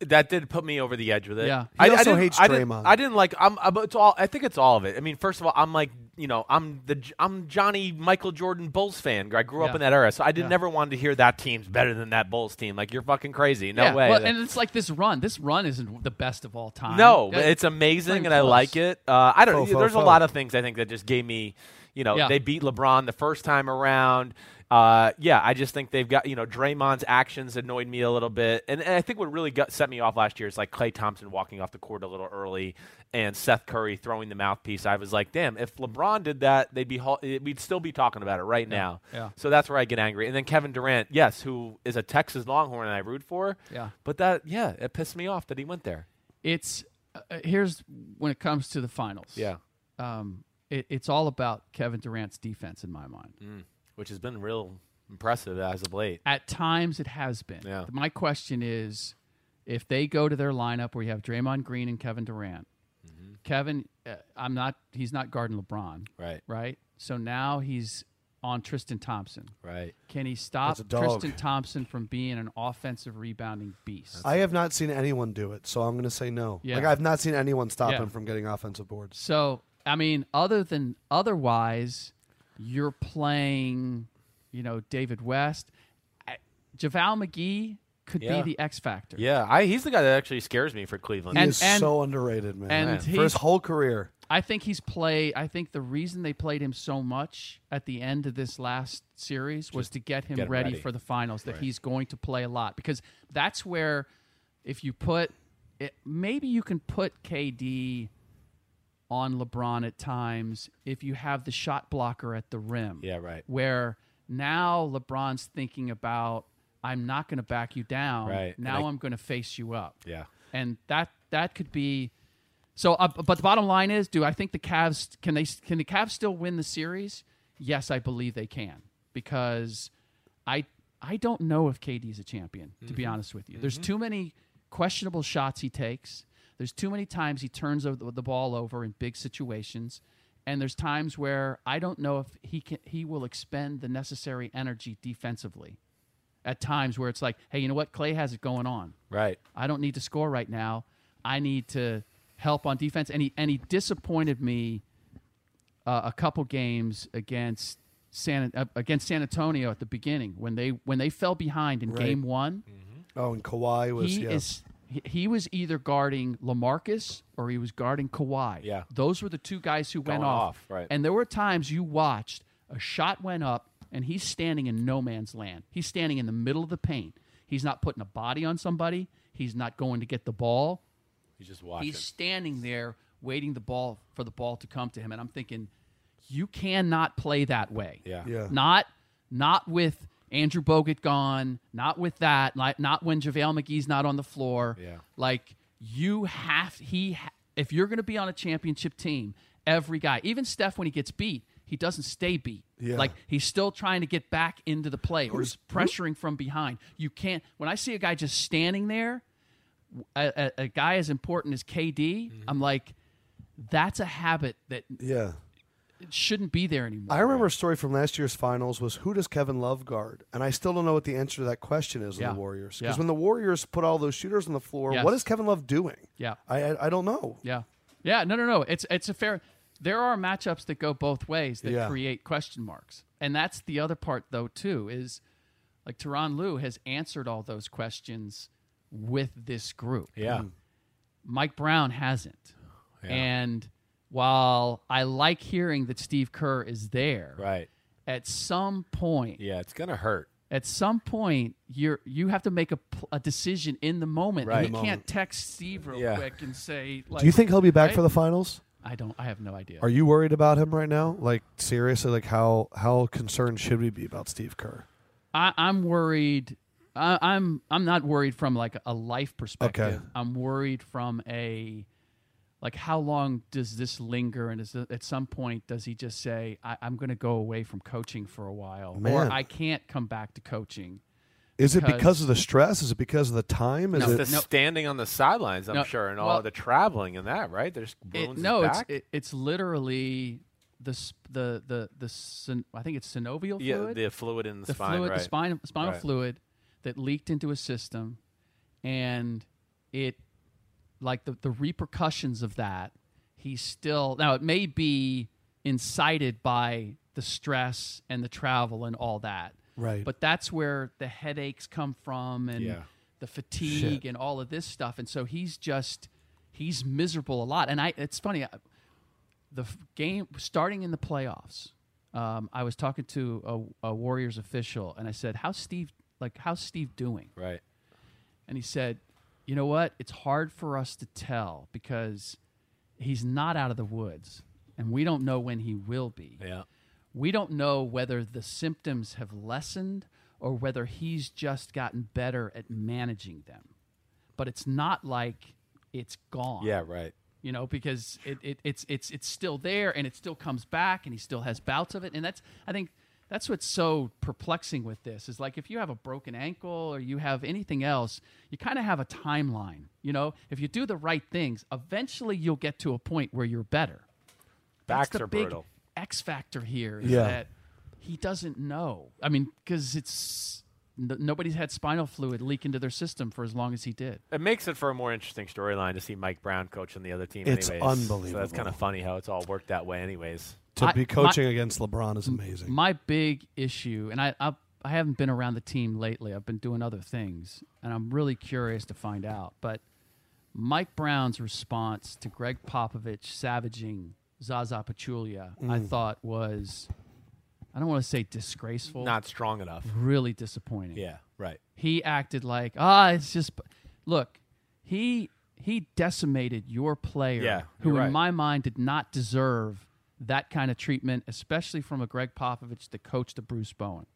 C: that did put me over the edge with it.
B: Yeah. He
C: I, I
A: also
C: didn't,
A: hates
C: I didn't,
A: Draymond.
C: I didn't like. I'm. I, but it's all. I think it's all of it. I mean, first of all, I'm like, you know, I'm the J- I'm Johnny Michael Jordan Bulls fan. I grew up
B: Yeah.
C: in that era, so I did
B: Yeah.
C: never wanted to hear that team's better than that Bulls team. Like you're fucking crazy. No
B: yeah,
C: way.
B: Well,
C: That-
B: and it's like this run. This run isn't the best of all time.
C: no,
B: That-
C: it's amazing,
B: Playing
C: and I
B: close.
C: like it. Uh, I don't.
A: Fo, fo,
C: there's
A: fo.
C: a lot of things I think that just gave me. You know,
B: Yeah.
C: they beat LeBron the first time around. uh, yeah, I just think they've got you know Draymond's actions annoyed me a little bit, and, and I think what really got, set me off last year is like Clay Thompson walking off the court a little early, and Seth Curry throwing the mouthpiece. I was like, damn, if LeBron did that, they'd be hol- eh, we'd still be talking about it right now.
B: yeah.
C: So that's where I get angry. And then Kevin Durant, yes, who is a Texas Longhorn and I root for.
B: Yeah.
C: But that yeah, it pissed me off that he went there.
B: It's uh, uh, here's when it comes to the finals.
C: Yeah.
B: um, it, it's all about Kevin Durant's defense in my mind.
A: Mm.
C: Mm. Which has been real impressive as of late.
B: At times, it has been.
C: Yeah.
B: My question is, if they go to their lineup where you have Draymond Green and Kevin Durant,
A: Mm-hmm.
B: Kevin, uh, I'm not. He's not guarding LeBron,
C: Right.
B: right? So now he's on Tristan Thompson.
C: Right.
B: Can he stop
A: That's a dog.
B: Tristan Thompson from being an offensive rebounding beast?
A: I have not seen anyone do it, so I'm going to say no.
B: Yeah.
A: Like I've not seen anyone stop
B: Yeah.
A: him from getting offensive boards.
B: So, I mean, other than otherwise, you're playing, you know, David West. I- JaVale McGee could
C: Yeah.
B: be the X factor.
C: Yeah, I, he's the guy that actually scares me for Cleveland.
A: He
B: And-
A: is
B: and-
A: so underrated, man.
B: and
A: For his
B: he-
A: whole career,
B: I think he's play. I think the reason they played him so much at the end of this last series was to get him,
C: get him
B: ready,
C: ready.
B: for the finals. That he's going to play a lot because that's where, if you put, it, maybe you can put KD on LeBron at times if you have the shot blocker at the rim.
C: Yeah, right.
B: Where now LeBron's thinking about, I'm not going to back you down.
C: Right. And
B: Now
C: I-
B: I'm going to face you up
C: yeah.
B: and that that could be. So, uh, but the bottom line is, do I think the Cavs can they can the Cavs still win the series? Yes, I believe they can because I I don't know if KD is a champion. To be honest with you, there's too many questionable shots he takes. There's too many times he turns over the, the ball over in big situations, and there's times where I don't know if he can he will expend the necessary energy defensively. At times where it's like, hey, you know what, Clay has it going on.
C: Right.
B: I don't need to score right now. I need to help on defense. And he and he disappointed me uh, a couple games against San uh, against San Antonio at the beginning when they when they fell behind in game one.
A: oh, and Kawhi was
B: He
A: yeah.
B: is he, he was either guarding LaMarcus or he was guarding Kawhi.
C: Yeah.
B: those were the two guys who went
C: Going
B: off.
C: off, right.
B: And there were times you watched a shot went up and he's standing in no man's land. He's standing in the middle of the paint. He's not putting a body on somebody. He's not going to get the ball.
C: He's just watching.
B: He's standing there waiting the ball for the ball to come to him, and I'm thinking, you cannot play that way.
C: yeah.
A: yeah.
B: Not, not with Andrew Bogut gone. Not with that. Like, not when JaVale McGee's not on the floor.
C: Yeah.
B: Like you have he. ha- If you're going to be on a championship team, every guy, even Steph, when he gets beat, he doesn't stay beat.
A: Yeah.
B: Like he's still trying to get back into the play or he's pressuring from behind. You can't. When I see a guy just standing there, a, a, a guy as important as KD,
A: Mm-hmm.
B: I'm like, that's a habit that
A: yeah.
B: shouldn't be there anymore.
A: I remember a story from last year's finals was who does Kevin Love guard? And I still don't know what the answer to that question is
B: Yeah.
A: in the Warriors.
B: Yeah.
A: Because when the Warriors put all those shooters on the floor,
B: Yes.
A: what is Kevin Love doing?
B: Yeah.
A: I I, I don't know.
B: Yeah. Yeah. No, no, no. It's it's a fair. There are matchups that go both ways that
A: Yeah.
B: create question marks, and that's the other part though too is like Teron Lou has answered all those questions with this group.
C: Yeah.
B: Mike Brown hasn't, and while I like hearing that Steve Kerr is there,
C: Right.
B: at some point,
C: Yeah, it's gonna hurt.
B: at some point you're you have to make a, pl- a decision in the moment.
C: Right.
B: And
C: In
B: you
C: the
B: can't text Steve real
C: Yeah.
B: quick and say like,
A: Do you think he'll be back
B: Right.
A: for the finals?
B: I don't. I have no idea.
A: Are you worried about him right now? Like seriously, like how how concerned should we be about Steve Kerr?
B: I, I'm worried. I, I'm I'm not worried from like a life perspective.
A: Okay.
B: I'm worried from a like how long does this linger, and is it, at some point does he just say I, I'm going to go away from coaching for a while,
A: Man.
B: or I can't come back to coaching?
A: Is it
B: Because-
A: because of the stress? Is it because of the time? Is
B: No.
A: it
C: It's the standing on the sidelines, I'm
B: No,
C: sure, and all
B: well-
C: the traveling and that, right? There's
B: It-
C: ruins
B: no,
C: his
B: it's
C: back.
B: it, it's literally the sp- the the the syn- I think it's synovial
C: yeah,
B: fluid.
C: the fluid in the,
B: the
C: spine,
B: fluid,
C: right?
B: the spine, spinal
C: Right.
B: fluid that leaked into his system, and it, like the the repercussions of that, he's still now it may be incited by the stress and the travel and all that,
A: Right.
B: But that's where the headaches come from and
C: Yeah.
B: the fatigue and all of this stuff, and so he's just he's uh, miserable a lot, and I it's funny. I, the f- game starting in the playoffs um, I was talking to a, a Warriors official, and I said, "How's Steve? Like, how's Steve doing?"
C: Right.
B: and he said, "You know what? It's hard for us to tell because he's not out of the woods, and we don't know when he will be.
C: Yeah.
B: We don't know whether the symptoms have lessened or whether he's just gotten better at managing them. But it's not like it's gone.
C: Yeah. Right.
B: You know, because it, it, it's it's it's still there and it still comes back and he still has bouts of it. And that's I think that's what's so perplexing with this is like if you have a broken ankle or you have anything else, you kind of have a timeline. You know, if you do the right things, eventually you'll get to a point where you're better. That's
C: Backs
B: the
C: are
B: big
C: brutal.
B: X factor here is
A: Yeah.
B: that he doesn't know. I mean, because it's n- nobody's had spinal fluid leak into their system for as long as he did.
C: It makes it for a more interesting storyline to see Mike Brown coaching the other team.
A: It's
C: anyways. So that's
A: unbelievable.
C: kind of funny how it's all worked that way. Anyways.
A: To
B: I-
A: be
B: my-
A: coaching against LeBron is amazing.
B: My big issue, and I, I I haven't been around the team lately. I've been doing other things, and I'm really curious to find out. But Mike Brown's response to Greg Popovich savaging Zaza Pachulia, I thought was, I don't want to say disgraceful,
C: Not strong enough.
B: really disappointing
C: Yeah. Right.
B: he acted like ah it's just look he he decimated your player
C: Yeah,
B: who
C: you're
B: in
C: right.
B: my mind did not deserve that kind of treatment especially from a Greg Popovich the coach to Bruce Bowen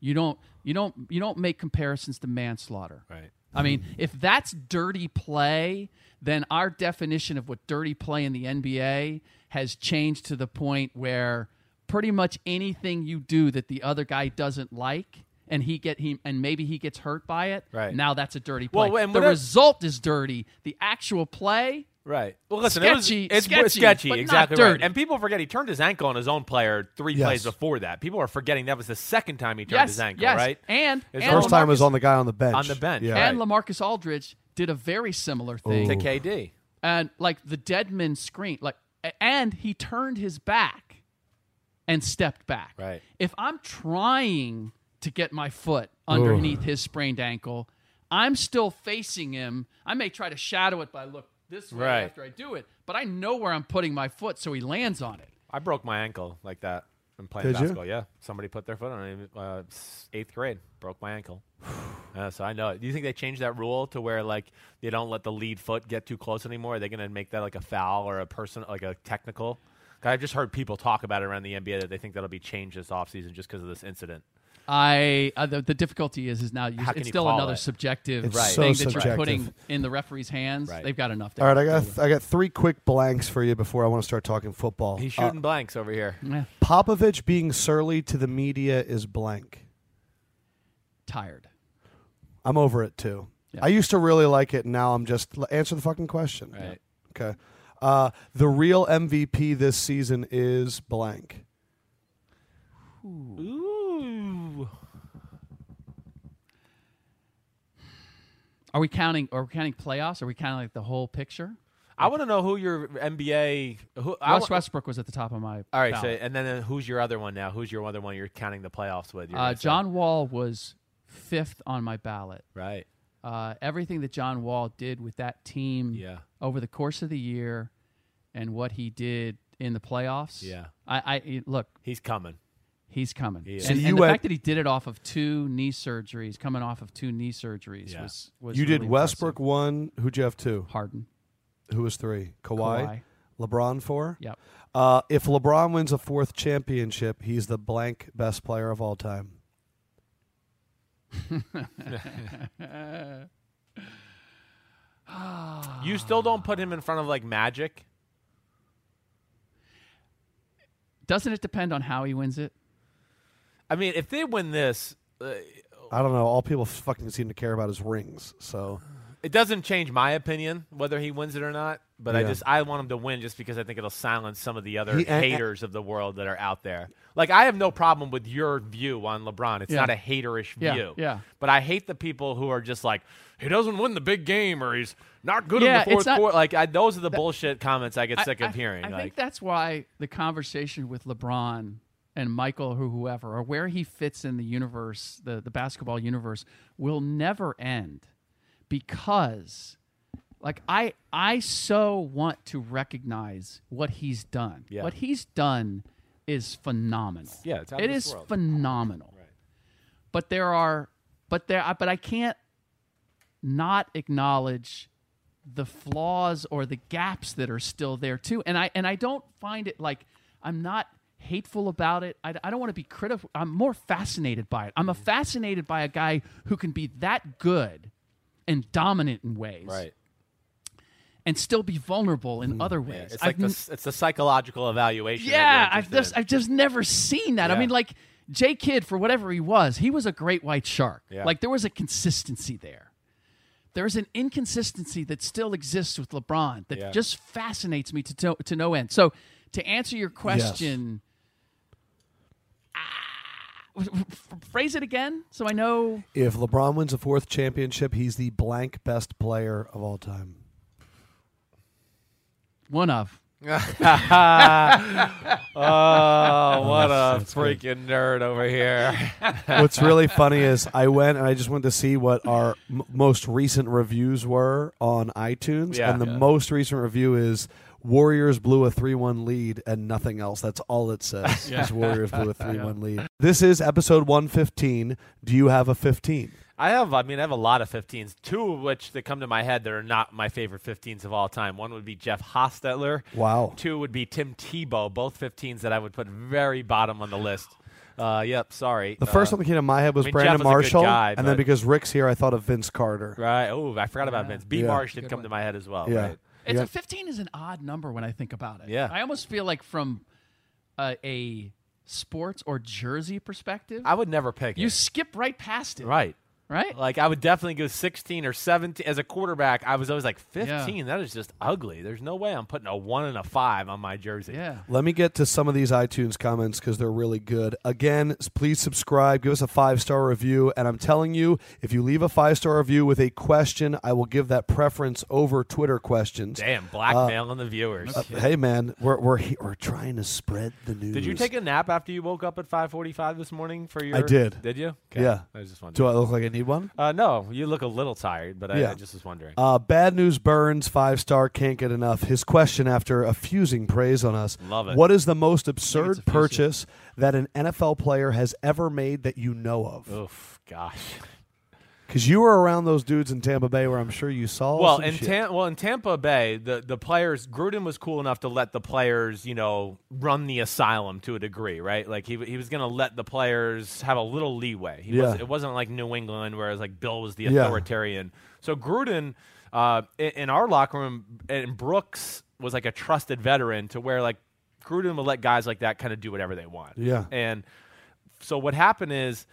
B: you don't you don't you don't make comparisons to manslaughter
C: Right.
B: I mean, if that's dirty play, then our definition of what dirty play in the NBA has changed to the point where pretty much anything you do that the other guy doesn't like and he get he and maybe he gets hurt by it.
C: Right.
B: Now that's a dirty play.
C: Well, and
B: the
C: whatever-
B: result is dirty. The actual play
C: Right. Well, listen,
B: Sketchy-
C: it was, it's
B: sketchy,
C: sketchy
B: but not
C: exactly right.
B: dirty.
C: And people forget he turned his ankle on his own player three
A: Yes.
C: plays before that. People are forgetting that was the second time he turned
B: Yes,
C: his ankle,
B: yes.
C: right?
B: And-
C: His
B: and
A: First
C: own-
A: time was on the guy on the bench.
C: On the bench,
A: Yeah.
C: right.
B: and LaMarcus Aldridge did a very similar thing.
C: to KD.
B: and like the Deadman screen, like, a- and he turned his back and stepped back.
C: Right.
B: If I'm trying to get my foot underneath his sprained ankle, I'm still facing him. I may try to shadow it by look this way
C: Right.
B: after I do it, but I know where I'm putting my foot, so he lands on it.
C: I broke my ankle like that in playing
A: Did you?
C: basketball. Yeah, somebody put their foot on it. Uh, s- eighth grade, broke my ankle. Yeah, so I know it. Do you think they changed that rule to where like they don't let the lead foot get too close anymore? Are they going to make that like a foul or a person like a technical? 'Cause I've just heard people talk about it around the NBA that they think that'll be changed this offseason just because of this incident.
B: I uh, the, the difficulty is is now you,
C: How can
B: it's
C: you
B: still
C: call
B: another
C: it?
B: subjective
A: It's
C: Right. so
B: thing that
A: subjective.
B: you're putting in the referee's hands.
C: Right.
B: They've got enough. to-
A: All right, I got I got three quick blanks for you before I want to start talking football.
C: He's
A: Uh,
C: shooting blanks over here.
B: Eh,
A: Popovich being surly to the media is blank.
B: tired.
A: I'm over it too. I used to really like it. Now I'm just l- answer the fucking question.
C: Right.
A: Okay. Uh, the real MVP this season is blank.
C: Ooh.
B: Are we counting? Are we counting playoffs? Are we counting like the whole picture?
C: I want to know who your NBA. Who, I
B: Russ
C: wa-
B: Westbrook was at the top of my.
C: all right, so,
B: ballot.
C: and then uh, who's your other one now? Who's your other one you're counting the playoffs with? You're
B: uh,
C: gonna say-
B: John Wall was fifth on my ballot.
C: Right.
B: Uh, everything that John Wall did with that team
C: Yeah.
B: over the course of the year, and what he did in the playoffs.
C: Yeah.
B: I, I look,
C: He's coming.
B: he's coming.
C: He
B: and,
C: is.
A: So you
B: and the
A: had-
B: fact that he did it off of two knee surgeries, coming off of two knee surgeries,
C: Yeah.
B: was was
A: You
B: really
A: did Westbrook
B: impressive.
A: one. Who'd you have two?
B: Harden.
A: Who was three? Kawhi, LeBron four.
B: Yep.
A: Uh, if LeBron wins a fourth championship, he's the blank best player of all time.
C: You
B: Ah.
C: still don't put him in front of like Magic.
B: Doesn't it depend on how he wins it?
C: I mean, if they win this, uh,
A: I don't know. All people fucking seem to care about is rings. So
C: it doesn't change my opinion whether he wins it or not. But I
A: Yeah.
C: just I want him to win just because I think it'll silence some of the other
A: He- and-
C: haters of the world that are out there. Like I have no problem with your view on LeBron. It's
B: Yeah.
C: not a haterish
B: Yeah,
C: view.
B: yeah.
C: But I hate the people who are just like he doesn't win the big game or he's not good
B: Yeah,
C: in
B: it's
C: the fourth
B: not-
C: quarter. Like I, those are the bullshit comments I get sick of
B: I-
C: hearing.
B: I
C: like
B: think that's why the conversation with LeBron and Michael or whoever or where he fits in the universe, the, the basketball universe, will never end because like I I so want to recognize what he's done.
C: Yeah.
B: What he's done is phenomenal.
C: Yeah, it's out of
B: It
C: this
B: is
C: world.
B: phenomenal. But there are, but there, I- but I can't not acknowledge the flaws or the gaps that are still there too. And I and I don't find it like I'm not hateful about it. I, I don't want to be critical. I'm more fascinated by it. I'm
C: Mm-hmm.
B: fascinated by a guy who can be that good and dominant in ways
C: Right. Mm-hmm.
B: and still be vulnerable in other ways.
C: It's
B: I've
C: like
B: n-
C: the, s- it's the psychological evaluation. that you're
B: yeah, I've
C: interested
B: just
C: in.
B: I've just never seen that. I
C: uh, Yeah.
B: mean, like Jay Kidd for whatever he was, he was a great white shark.
C: Yeah.
B: Like there was a consistency there. There's an inconsistency that still exists with LeBron that
C: Yeah.
B: just fascinates me to, to to no end. So to answer your question, ah, phrase it again so I know.
A: If LeBron wins a fourth championship, he's the blank best player of all time.
B: One of
C: oh, what a freaking nerd over here!
A: What's really funny is I went and I just wanted to see what our m- most recent reviews were on iTunes,
C: Yeah.
A: and the
C: Yeah.
A: most recent review is Warriors blew a three-one lead and nothing else. That's all it says. Is Warriors blew a three-one lead. This is episode one fifteen. Do you have a fifteen?
C: I have, I mean, I have a lot of 15s. Two of which that come to my head that are not my favorite 15s of all time. One would be Jeff Hostetler.
A: Wow.
C: Two would be Tim Tebow. Both 15s that I would put very bottom on the list. Uh, yep. Sorry.
A: The first one that came to my head was
C: Uh, I mean, Jeff
A: Brandon
C: was a good
A: Marshall,
C: guy,
A: and then
C: but-
A: because Rick's here, I thought of Vince Carter.
C: Right. Oh, I forgot about Vince. B.
A: Yeah.
C: Marsh did come to my head as well.
A: Yeah.
C: Right.
B: It's
A: Yeah.
B: a 15 is an odd number when I think about it.
C: Yeah.
B: I almost feel like from uh, a sports or jersey perspective,
C: I would never pick
B: you
C: it.
B: skip right past it,
C: Right.
B: right?
C: Like I would definitely go 16 or 17 as a quarterback. I was always like 15. That is just ugly. There's no way I'm putting a one and a five on my jersey.
B: yeah.
A: Let me get to some of these iTunes comments because they're really good. Again, s- please subscribe, give us a five star review. And I'm telling you, if you leave a five star review with a question, I will give that preference over Twitter questions. Uh,
C: Damn, blackmailing the viewers.
A: Hey, man, we're, we're, he- we're trying to spread the news.
C: Did you take a nap after you woke up at 5:45 this morning for your?
A: did.
C: Did you? 'Kay.
A: Yeah.
C: I was just
A: Do
C: wondering.
A: I look like I need one?
C: uh, no, you look a little tired, but I,
A: Yeah.
C: I just was wondering.
A: Uh, Bad News Burns, five star, can't get enough. His question after effusing praise on us.
C: Love it.
A: What is the most absurd purchase that an NFL player has ever made that you know of?
C: Oof, gosh.
A: Because you were around those dudes in Tampa Bay where I'm sure you saw.
C: Well,
A: some
C: in
A: shit.
C: Tam- well in Tampa Bay, the the players Gruden was cool enough to let the players, you know, run the asylum to a degree, right? Like he w- he was going to let the players have a little leeway. He
A: Yeah.
C: wasn't- it wasn't like New England where it was like Bill was the
A: Yeah.
C: authoritarian. So Gruden uh, in, in our locker room and Brooks was like a trusted veteran to where like Gruden would let guys like that kind of do whatever they want.
A: Yeah.
C: And so what happened is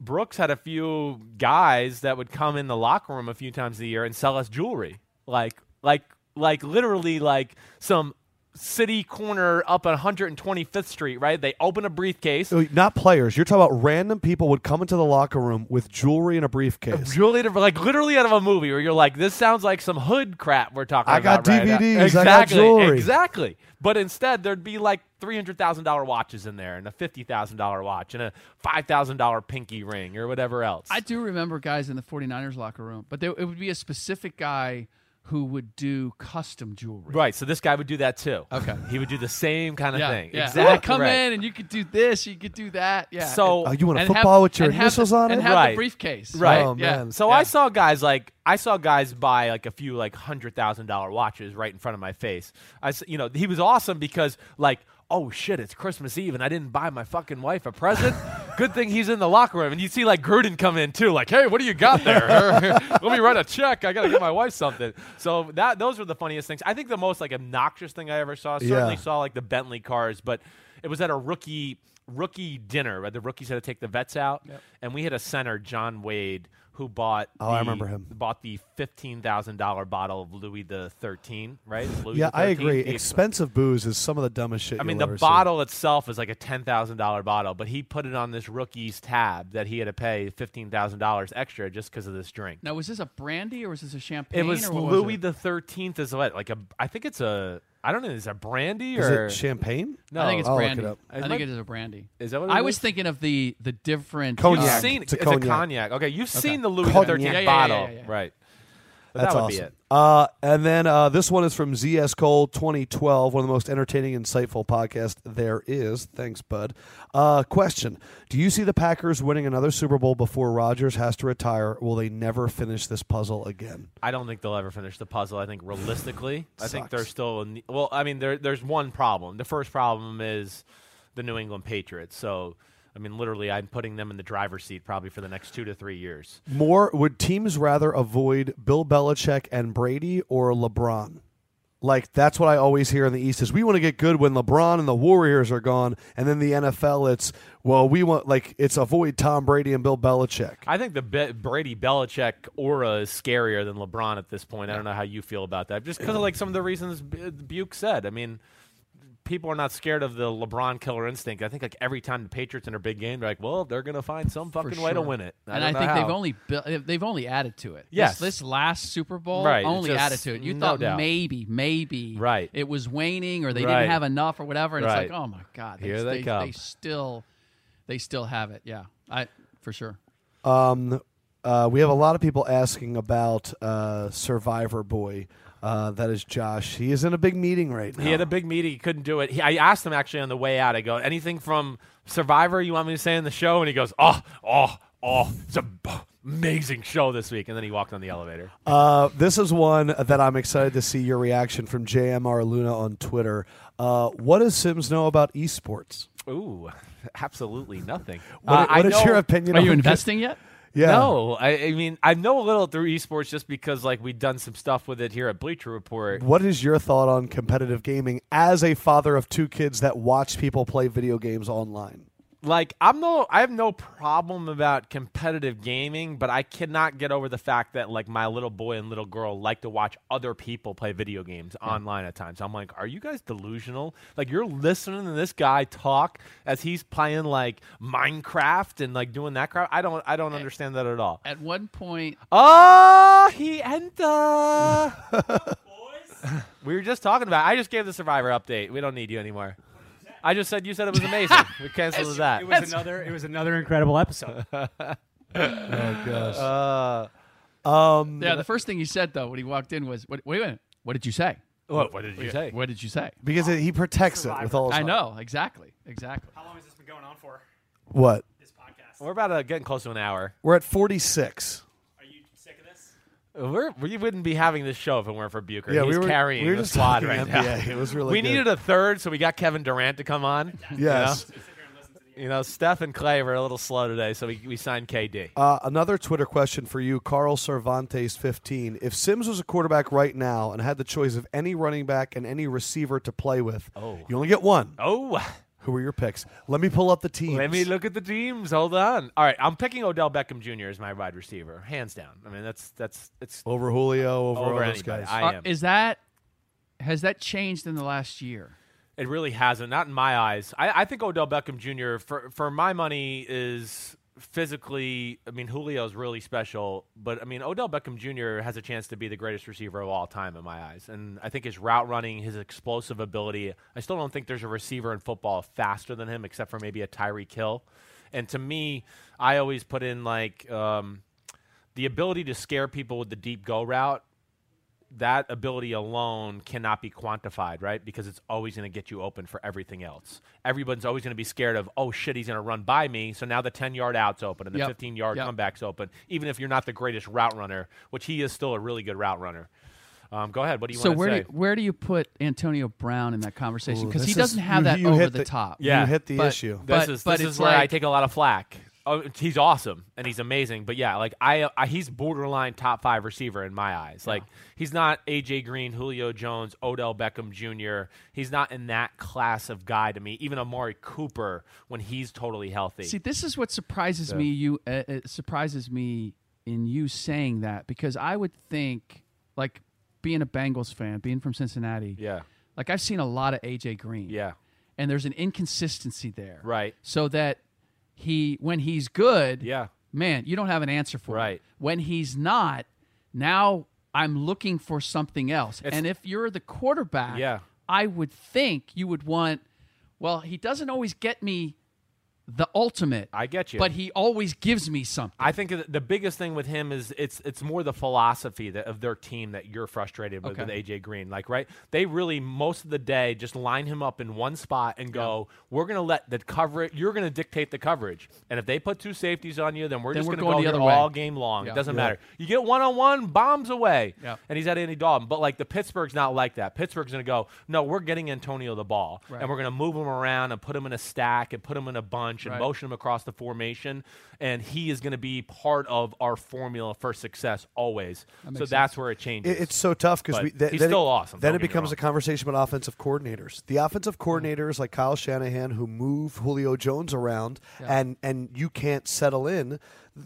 C: Brooks had a few guys that would come in the locker room a few times a year and sell us jewelry, like like like literally like some city corner up on 125th Street. Right? They open a briefcase.
A: Oh, not players. You're talking about random people would come into the locker room with jewelry and a briefcase.
C: Jewelry, to- like literally out of a movie, where you're like, "This sounds like some hood crap." We're talking.
A: I got
C: about right now.
A: DVDs, I
C: Exactly.
A: got jewelry.
C: Exactly. But instead, there'd be like three hundred thousand dollar watches in there, and a fifty thousand dollar watch, and a five thousand dollar pinky ring, or whatever else.
B: I do remember guys in the 49ers locker room, but there, it would be a specific guy who would do custom jewelry.
C: Right. So this guy would do that too. Okay. He would do the same kind of
B: Yeah,
C: thing.
B: yeah.
C: Exactly.
B: I'd come
C: right.
B: in and you could do this, you could do that. Yeah.
C: So Uh,
A: Oh, you want a
B: And
A: football with your
B: and have
A: initials
B: the,
A: on
B: and
A: it?
B: have
C: Right.
B: the briefcase.
C: Right.
A: Oh,
B: yeah.
A: man.
C: so
B: yeah.
C: I saw guys like I saw guys buy like a few like hundred thousand dollar watches right in front of my face. I s- you know he was awesome because like oh shit it's Christmas Eve and I didn't buy my fucking wife a present. Good thing he's in the locker room and you see like Gruden come in too like hey what do you got there? Let me write a check. I gotta get my wife something. So that those were the funniest things. I think the most like obnoxious thing I ever saw certainly
A: Yeah.
C: saw like the Bentley cars, but it was at a rookie rookie dinner where the rookies had to take the vets out, and we had a center John Wade who bought
A: Oh, I
C: the-
A: remember him.
C: bought the fifteen thousand dollar bottle of Louis the Thirteen, right? It's Louis
A: Yeah,
C: the
A: I
C: 13?
A: agree.
C: The-
A: Expensive booze is some of the dumbest shit.
C: I mean,
A: you'll
C: the
A: ever see.
C: bottle itself is like a ten thousand dollar bottle, but he put it on this rookie's tab that he had to pay fifteen thousand dollars extra just because of this drink.
B: Now, was this a brandy or was this a champagne?
C: It was
B: or what
C: Louis
B: it?
C: the Thirteenth is what like a I think it's a I don't know is it brandy
A: Is
C: or
A: it champagne?
C: no
B: I think it's
A: I'll look it
B: brandy.
A: up.
B: I
C: It
B: think
C: might-
B: it is a brandy.
C: Is that what it
B: I
C: is?
B: was thinking of the the different
A: Cognac.
C: You've
B: uh,
C: seen
A: It's a
C: it's
A: cognac.
C: a cognac. Okay, you've seen the Louis
A: Cognac.
C: XIII
B: Yeah, yeah, yeah,
C: bottle,
B: yeah, yeah.
C: right? But
A: That's
C: that would
A: awesome.
C: be it.
A: Uh, and then uh, this one is from ZS Cole 2012, one of the most entertaining, insightful podcasts there is. Thanks, bud. Uh, question Do you see the Packers winning another Super Bowl before Rodgers has to retire? Will they never finish this puzzle again?
C: I don't think they'll ever finish the puzzle. I think realistically, I think
A: Sucks.
C: they're still in. Well, I mean, there, there's one problem. The first problem is the New England Patriots. So, I mean, literally, I'm putting them in the driver's seat probably for the next two to three years.
A: More would teams rather avoid Bill Belichick and Brady or LeBron? Like that's what I always hear in the East is we want to get good when LeBron and the Warriors are gone, and then the NFL it's well we want like it's avoid Tom Brady and Bill Belichick.
C: I think the Be- Brady Belichick aura is scarier than LeBron at this point. I don't know how you feel about that, just because of like some of the reasons Bu- Buke said. I mean, people are not scared of the LeBron killer instinct. I think like every time the Patriots in a big game, they're like, well, they're gonna find some fucking way to
B: sure.
C: win it.
B: and I
C: don't know
B: think they've
C: how.
B: only built, they've only added to it. This-
C: Yes.
B: this, last Super Bowl
C: Right,
B: only
C: just
B: added to it. You
C: no
B: thought
C: doubt.
B: maybe, maybe,
C: Right.
B: It was waning, or they
C: Right.
B: didn't have enough, or whatever. And
C: Right.
B: it's like, oh my god, they,
C: Here they come.
B: still, they still have it. Yeah, I for sure.
A: Um, uh, we have a lot of people asking about uh, Survivor Boy. Uh, that is Josh. He is in a big meeting right now.
C: He had a big meeting. He couldn't do it. He, I asked him actually on the way out. I go, anything from Survivor you want me to say in the show? And he goes, oh, oh, oh, it's a b- amazing show this week. And then he walked on the elevator.
A: Uh, this is one that I'm excited to see your reaction from JMR Luna on Twitter. Uh, what does Sims know about esports?
C: Ooh, absolutely nothing.
A: What,
C: Uh, I
A: what is
C: know-
A: your opinion?
B: Are
A: on
B: you
A: it?
B: investing yet?
A: Yeah.
C: No, I, I mean I know a little through esports just because like we've done some stuff with it here at Bleacher Report.
A: What is your thought on competitive gaming as a father of two kids that watch people play video games online?
C: like I'm no I have no problem about competitive gaming, but I cannot get over the fact that like my little boy and little girl like to watch other people play video games online at times. I'm like, are you guys delusional? Like you're listening to this guy talk as he's playing like Minecraft and like doing that crap. I don't I don't understand that at all.
B: At one point,
A: Ah,
C: Oh, he enter. we were just talking about. I just gave the survivor update. We don't need you anymore. I just said you said it was amazing. we canceled that.
D: It was another. It was another incredible episode.
C: Uh, um,
B: yeah, the first thing he said though when he walked in was, "What? Wait a minute, what did you say?
C: What, what did you say?
B: What did you say?"
A: Because it, he protects it with all his
B: I know exactly, exactly.
D: How long has this been going on for?
A: What?
D: This podcast.
C: We're about uh, getting close to an hour.
A: We're at 46.
D: Are you sick of this?
C: We're, we wouldn't be having this show if it weren't for Bucher.
A: Yeah,
C: He's
A: we were
C: carrying
A: we were
C: the
A: just
C: squad
A: talking
C: right
A: NBA.
C: now.
A: It was really
C: we
A: good.
C: needed a third, so we got Kevin Durant to come on.
A: Yes.
D: Just sit here and listen to the.
C: You know, Steph and Clay were a little slow today, so we, we signed KD.
A: Uh, another Twitter question for you, Carl Cervantes, fifteen. If Sims was a quarterback right now and had the choice of any running back and any receiver to play with,
C: Oh.
A: you only get one.
C: oh,
A: Who are your picks? Let me pull up the teams.
C: let me look at the teams. Hold on. All right, I'm picking Odell Beckham Jr. as my wide receiver, hands down. I mean, that's that's it's
A: over Julio, over,
C: over
A: all those
C: anybody.
A: guys.
C: I
B: Are-
C: am.
B: Uh, is that has that changed in the last year?
C: It really hasn't. Not in my eyes. I, I think Odell Beckham Jr. for for my money is physically. I mean, Julio's really special, but I mean, Odell Beckham Jr. has a chance to be the greatest receiver of all time in my eyes. And I think his route running, his explosive ability. I still don't think there's a receiver in football faster than him, except for maybe a Tyree Kill. And to me, I always put in like um, the ability to scare people with the deep go route that ability alone cannot be quantified, right? Because it's always going to get you open for everything else. Everyone's always going to be scared of, oh shit, he's going to run by me. So now the 10 yard out's open and the
B: Yep.
C: 15 yard
B: Yep.
C: comeback's open, even if you're not the greatest route runner, which he is still a really good route runner. Um, go ahead. What do you
B: So
C: want
B: where
C: to
B: do
C: say?
B: you, where do you put Antonio Brown in that conversation?
A: Ooh,
B: Because he
A: this is-
B: doesn't have
A: you-
B: that
A: you
B: over
A: hit
B: the,
A: the-
B: top.
C: Yeah.
A: You hit the
B: But-
A: issue.
C: this
B: but-
C: is
B: but
C: this is
B: it's
C: where I
B: like-
C: take a lot of flack. Oh, he's awesome and he's amazing, but yeah, like I, I he's borderline top five receiver in my eyes. Like he's not AJ Green, Julio Jones, Odell Beckham Jr. He's not in that class of guy to me. Even Amari Cooper when he's totally healthy.
B: See, this is what surprises me. You uh, it surprises me in you saying that because I would think, like, being a Bengals fan, being from Cincinnati,
C: yeah,
B: like I've seen a lot of AJ Green,
C: yeah,
B: and there's an inconsistency there,
C: Right.
B: So that he, when he's good,
C: yeah.
B: man, you don't have an answer for it.
C: Right.
B: When he's not, now I'm looking for something else. and if you're the quarterback,
C: Yeah.
B: I would think you would want, well, he doesn't always get me the ultimate.
C: I get you.
B: But he always gives me something.
C: I think that the biggest thing with him is it's it's more the philosophy that, of their team that you're frustrated with,
B: Okay.
C: with AJ Green. Like, right? They really most of the day just line him up in one spot and go, "We're going to let the cover. You're going to dictate the coverage. And if they put two safeties on you, then we're
B: Then
C: just
B: we're
C: go
B: going the
C: here
B: other way.
C: all game long.
B: Yeah.
C: It doesn't matter. You get one on one, bombs away.
B: Yeah.
C: And he's at Andy Dalton, but like the Pittsburgh's not like that. Pittsburgh's going to go, "No, we're getting Antonio the ball,
B: Right.
C: and we're going to move him around and put him in a stack and put him in a bunch and
B: Right.
C: motion." motion him across the formation, and he is going to be part of our formula for success always. so that's where it changes.
A: It- it's so tough because
C: But
A: we th-
C: he's
A: then
C: still
A: it,
C: awesome,
A: Then
C: don't
A: it
C: get me
A: becomes a
C: wrong. Mm-hmm.
A: conversation about offensive coordinators. The offensive coordinators like Kyle Shanahan who move Julio Jones around and and you can't settle in.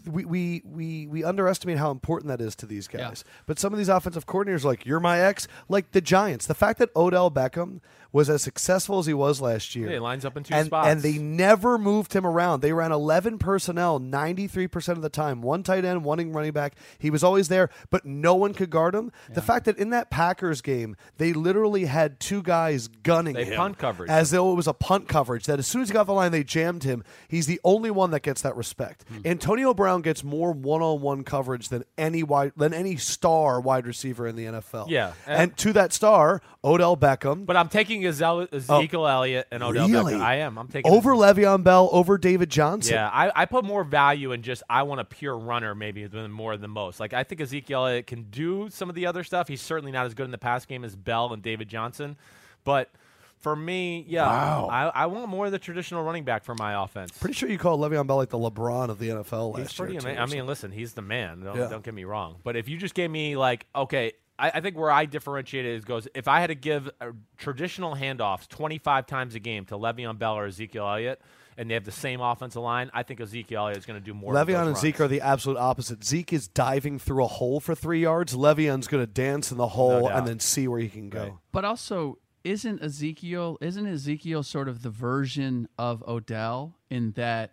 A: We, we we we underestimate how important that is to these guys. But some of these offensive coordinators, like you're my ex, like the Giants. The fact that Odell Beckham was as successful as he was last year,
C: Yeah, he lines up in two
A: and,
C: spots.
A: and they never moved him around. They ran 11 personnel 93% of the time. One tight end, one running back. He was always there, but no one could guard him. The fact that in that Packers game, they literally had two guys gunning
C: They
A: him
C: punt coverage.
A: as though it was a punt coverage, that as soon as he got off the line, they jammed him. He's the only one that gets that respect.
C: Hmm.
A: Antonio Brown gets more one-on-one coverage than any wide than any star wide receiver in the NFL.
C: Yeah.
A: And to that star, Odell Beckham,
C: but I'm taking Eze- Ezekiel Elliott and Odell
A: Oh, Really?
C: Beckham. I am. I'm taking
A: over Le'Veon Bell, over David Johnson.
C: Yeah, I, I put more value in just I want a pure runner maybe than more than most. Like I think Ezekiel Elliott can do some of the other stuff. He's certainly not as good in the pass game as Bell and David Johnson, but. For me, yeah, I, I want more of the traditional running back for my offense.
A: Pretty sure you call Le'Veon Bell like the LeBron of the NFL last
C: He's pretty
A: year. too,
C: ama-
A: or
C: I mean, listen, he's the man. Don't,
A: Yeah.
C: don't get me wrong. But if you just gave me like, okay, I, I think where I differentiate it is goes if I had to give uh, traditional handoffs 25 times a game to Le'Veon Bell or Ezekiel Elliott, and they have the same offensive line, I think Ezekiel Elliott's going to do more. of those
A: Le'Veon and
C: runs.
A: Zeke are the absolute opposite. Zeke is diving through a hole for three yards. Le'Veon's going to dance in the hole
C: doubt.
A: and then see where he can go.
B: But also, isn't Ezekiel isn't Ezekiel sort of the version of Odell in that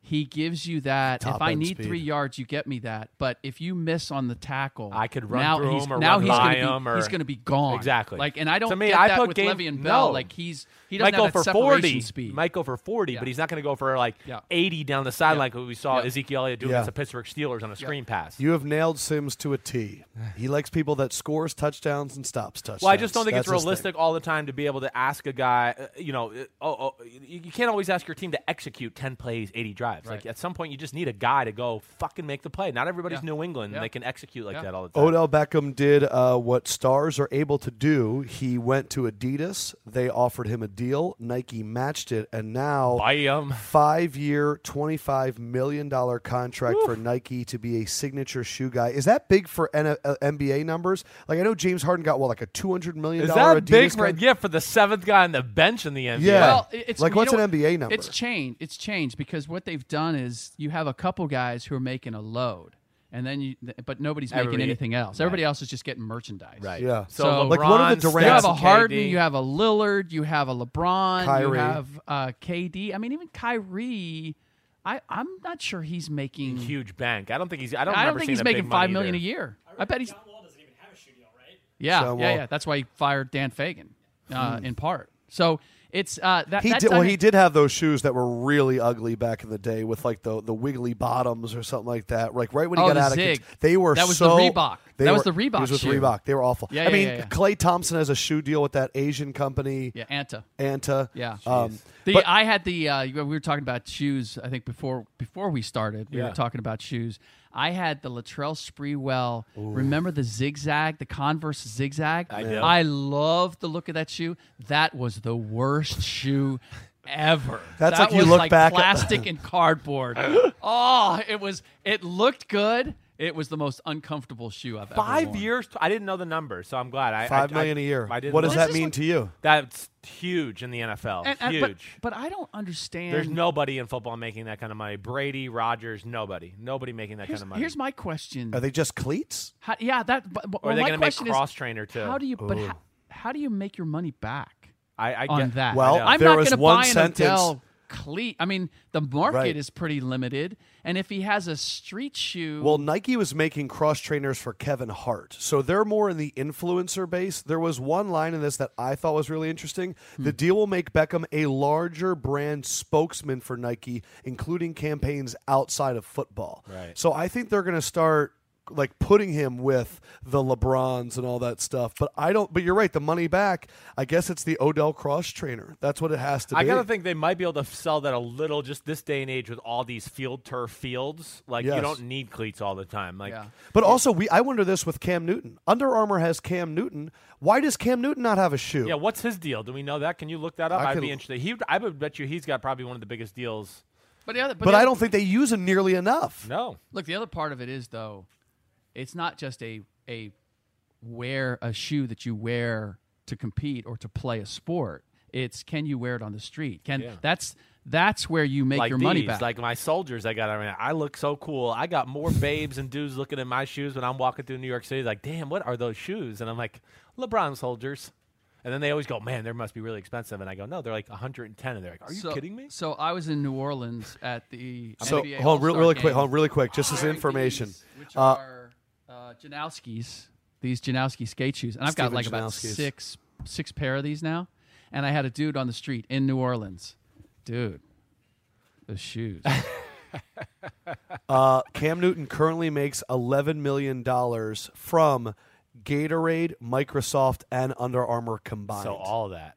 B: he gives you that
A: Top
B: if I
A: end
B: need
A: speed.
B: three yards, you get me that. But if you miss on the tackle,
C: I could run
B: now
C: through
B: he's,
C: him or
B: now
C: run
B: he's
C: by
B: gonna be,
C: him or-
B: he's going to be gone
C: Exactly.
B: Like, and I don't
C: To me,
B: get
C: I
B: that
C: put
B: with
C: Gabe-
B: Le'Veon Bell.
C: no.
B: Like he's he doesn't
C: might go
B: have that
C: for
B: separation
C: 40.
B: speed.
C: Might go for 40, but he's not going to go for like
B: Yeah.
C: 80 down the sideline like we saw
B: Yeah.
C: Ezekiel Elliott do
A: Yeah.
C: against the Pittsburgh Steelers on a screen pass.
A: You have nailed Sims to a T. He likes people that scores touchdowns and stops touchdowns.
C: Well, I just don't think
A: That's
C: it's
A: his thing.
C: realistic all the time to be able to ask a guy. uh, You know, uh, oh, oh, you you can't always ask your team to execute ten plays, eighty drives. Like
B: Right.
C: at some point, you just need a guy to go fucking make the play. Not everybody's
B: Yeah.
C: New England;
B: Yeah.
C: and they can execute like
B: Yeah.
C: that all the time.
A: Odell Beckham did uh, what stars are able to do. He went to Adidas. They offered him a deal. Nike matched it, and now
C: Buy 'em.
A: five year, twenty five million dollar contract for Nike to be a signature shoe guy. Is that big for N- uh, NBA numbers? Like I know James Harden got what like a two hundred million
C: Is
A: dollar
C: that
A: Adidas
C: big? For,
A: con-
C: yeah, for the seventh guy on the bench in the NBA.
A: Yeah.
B: Well, it- it's
A: Like,
B: you
A: what's
B: know
A: an
B: what?
A: NBA number?
B: It's changed. It's changed because what they've done is you have a couple guys who are making a load, and then you, th- but nobody's making
C: Everybody-
B: anything else. Everybody else is just getting merchandise.
C: Right.
A: Yeah.
C: So,
B: So-
C: LeBron,
B: Like,
A: what are the
C: Steph,
B: You have a
A: Yes,
B: Harden,
C: KD.
B: you have a Lillard, you have a LeBron, you
A: Kyrie.
B: have uh, KD. I mean, even Kyrie, I I'm not sure he's making.
C: huge bank. I don't think he's. I don't.
B: I don't
C: remember
B: think
C: seeing
B: he's
C: that big
B: making
C: money
B: five million
C: either.
B: a year. I bet he's
D: John Wall doesn't even have a shoe deal, right?
B: yeah
A: John
B: yeah
A: Wall.
B: yeah. That's why he fired Dan Fagan uh, in part. So it's uh, that
A: Hmm. He
B: that
A: did, well,
B: dynamic-
A: he did have those shoes that were really ugly back in the day, with like the, the wiggly bottoms or something like that. Like right when he
B: Oh,
A: got
B: the
A: out
B: zig.
A: of, they were
B: That was the
A: so
B: Reebok.
A: They
B: That
A: were,
B: was the Reebok
A: He was with
B: shoe.
A: Reebok. They were awful.
B: Yeah,
A: I
B: yeah,
A: mean,
B: yeah, yeah.
A: Clay Thompson has a shoe deal with that Asian company,
B: yeah Anta.
A: Anta.
B: Yeah.
A: Um,
B: The
A: but-
B: I had the uh, we were talking about shoes. I think before before we started, we were talking about shoes. I had the Latrell Sprewell. Remember the zigzag, the Converse zigzag? I
C: do.
B: I love the look of that shoe. That was the worst shoe ever.
A: That's
B: that
A: like you
B: was
A: look
B: like
A: back at-
B: plastic and cardboard. Oh, it was. It looked good. It was the most uncomfortable shoe I've ever
C: Five
B: worn.
C: years. I didn't know the number, so I'm glad. I,
A: Five
C: I-
A: million
C: I-
A: a year.
C: I didn't
A: What does
C: look.
A: that
B: is
A: mean
B: what-
A: to you?
C: That's huge in the NFL.
B: And, and-
C: huge.
B: but, but I don't understand.
C: There's nobody in football making that kind of money. Brady, Rogers, nobody, nobody making that
B: Here's,
C: kind of money.
B: here's my question.
A: Are they just cleats?
B: How, yeah, that. But, but
C: or are
B: well,
C: they
B: my
C: going to make
B: question
C: cross
B: is,
C: trainer too?
B: how do you? But how, how do you make your money back
C: I, I
B: on
C: get,
B: that?
A: Well,
C: know.
B: I'm
A: there
B: not
A: was
B: gonna
A: one
B: buy an
A: sentence.
B: Odell cleat. I mean, the market
A: Right.
B: is pretty limited, and if he has a street shoe,
A: Well, Nike was making cross trainers for Kevin Hart. So they're more in the influencer base. There was one line in this that I thought was really interesting. The deal will make Beckham a larger brand spokesman for Nike, including campaigns outside of football. Right. So I think they're going to start like putting him with the LeBrons and all that stuff. But I don't but you're right, the money back, I guess it's the Odell Cross trainer. That's what it has to
C: I
A: be.
C: gotta think they might be able to f- sell that a little just this day and age with all these field turf fields. Like you
A: Yes.
C: don't need cleats all the time. Like
B: Yeah.
A: But also, we I wonder this with Cam Newton. Under Armour has Cam Newton. Why does Cam Newton not have a shoe?
C: yeah, what's his deal? Do we know that? Can you look that up?
A: I
C: I'd
A: could-
C: be interested. He, I would bet you he's got probably one of the biggest deals.
B: but the other, but,
A: but
B: the
A: I
B: other-
A: don't think they use it nearly enough.
C: No,
B: Look, the other part of it is though, it's not just a a wear a shoe that you wear to compete or to play a sport. It's can you wear it on the street? Can that's that's where you make
C: like
B: your
C: these,
B: money back.
C: like my soldiers. I got. I mean, I look so cool. I got more babes and dudes looking at my shoes when I'm walking through New York City. Like, damn, what are those shoes? And I'm like, LeBron soldiers. And then they always go, man, they must be really expensive. And I go, no, they're like 110. And they're like, are you
B: so,
C: kidding me?
B: So I was in New Orleans at the
A: So
B: NBA
A: hold on, real,
B: All-Star
A: really quick,
B: game.
A: hold on, really quick, just as
B: Wearing
A: information.
B: these, which
A: Uh,
B: are uh, Janowski's, these Janowski skate shoes, and I've got
A: Steven
B: like about
A: Janowski's.
B: six six pair of these now. And I had a dude on the street in New Orleans, dude. The shoes.
A: Uh, Cam Newton currently makes eleven million dollars from Gatorade, Microsoft, and Under Armour combined.
C: So all that.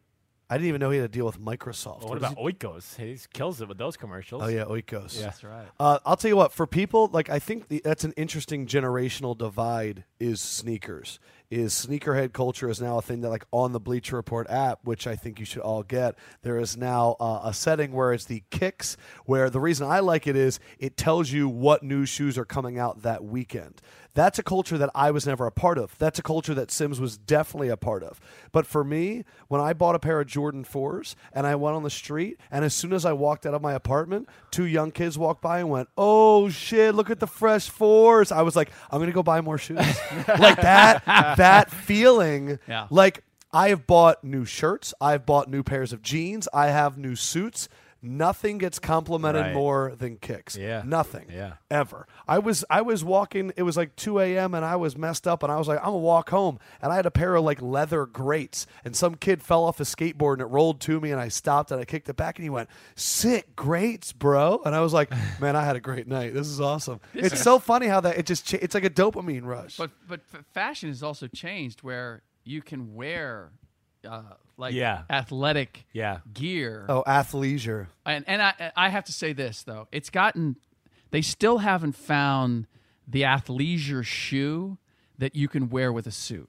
A: I didn't even know he had a deal with Microsoft.
C: What
A: What is
C: about Oikos? He kills it with those commercials.
A: Oh yeah, Oikos.
B: That's right.
A: Uh, I'll tell you what. For people like, I think the, that's an interesting generational divide. Is sneakers? Is sneakerhead culture is now a thing that like on the Bleacher Report app, which I think you should all get. There is now uh, a setting where it's the kicks. Where the reason I like it is it tells you what new shoes are coming out that weekend. That's a culture that I was never a part of. That's a culture that Sims was definitely a part of. But for me, when I bought a pair of Jordan 4s and I went on the street, and as soon as I walked out of my apartment, two young kids walked by and went, Oh shit, look at the fresh 4s. I was like, I'm going to go buy more shoes. like that, that feeling.
B: Yeah.
A: Like I have bought new shirts, I've bought new pairs of jeans, I have new suits. Nothing gets complimented
C: Right.
A: more than kicks.
C: Yeah.
A: Nothing
C: Yeah.
A: ever. I was I was walking. It was like 2 a.m. and I was messed up and I was like, I'm gonna walk home. And I had a pair of like leather grates and some kid fell off his skateboard and it rolled to me and I stopped and I kicked it back and he went, sick grates, bro. And I was like, man, I had a great night. This is awesome. it's so funny how that it just cha- it's like a dopamine rush.
B: But but f- fashion has also changed where you can wear uh, like
C: Yeah.
B: athletic
C: Yeah.
B: gear.
A: oh, athleisure.
B: And and I I have to say this though. It's gotten they still haven't found the athleisure shoe that you can wear with a suit.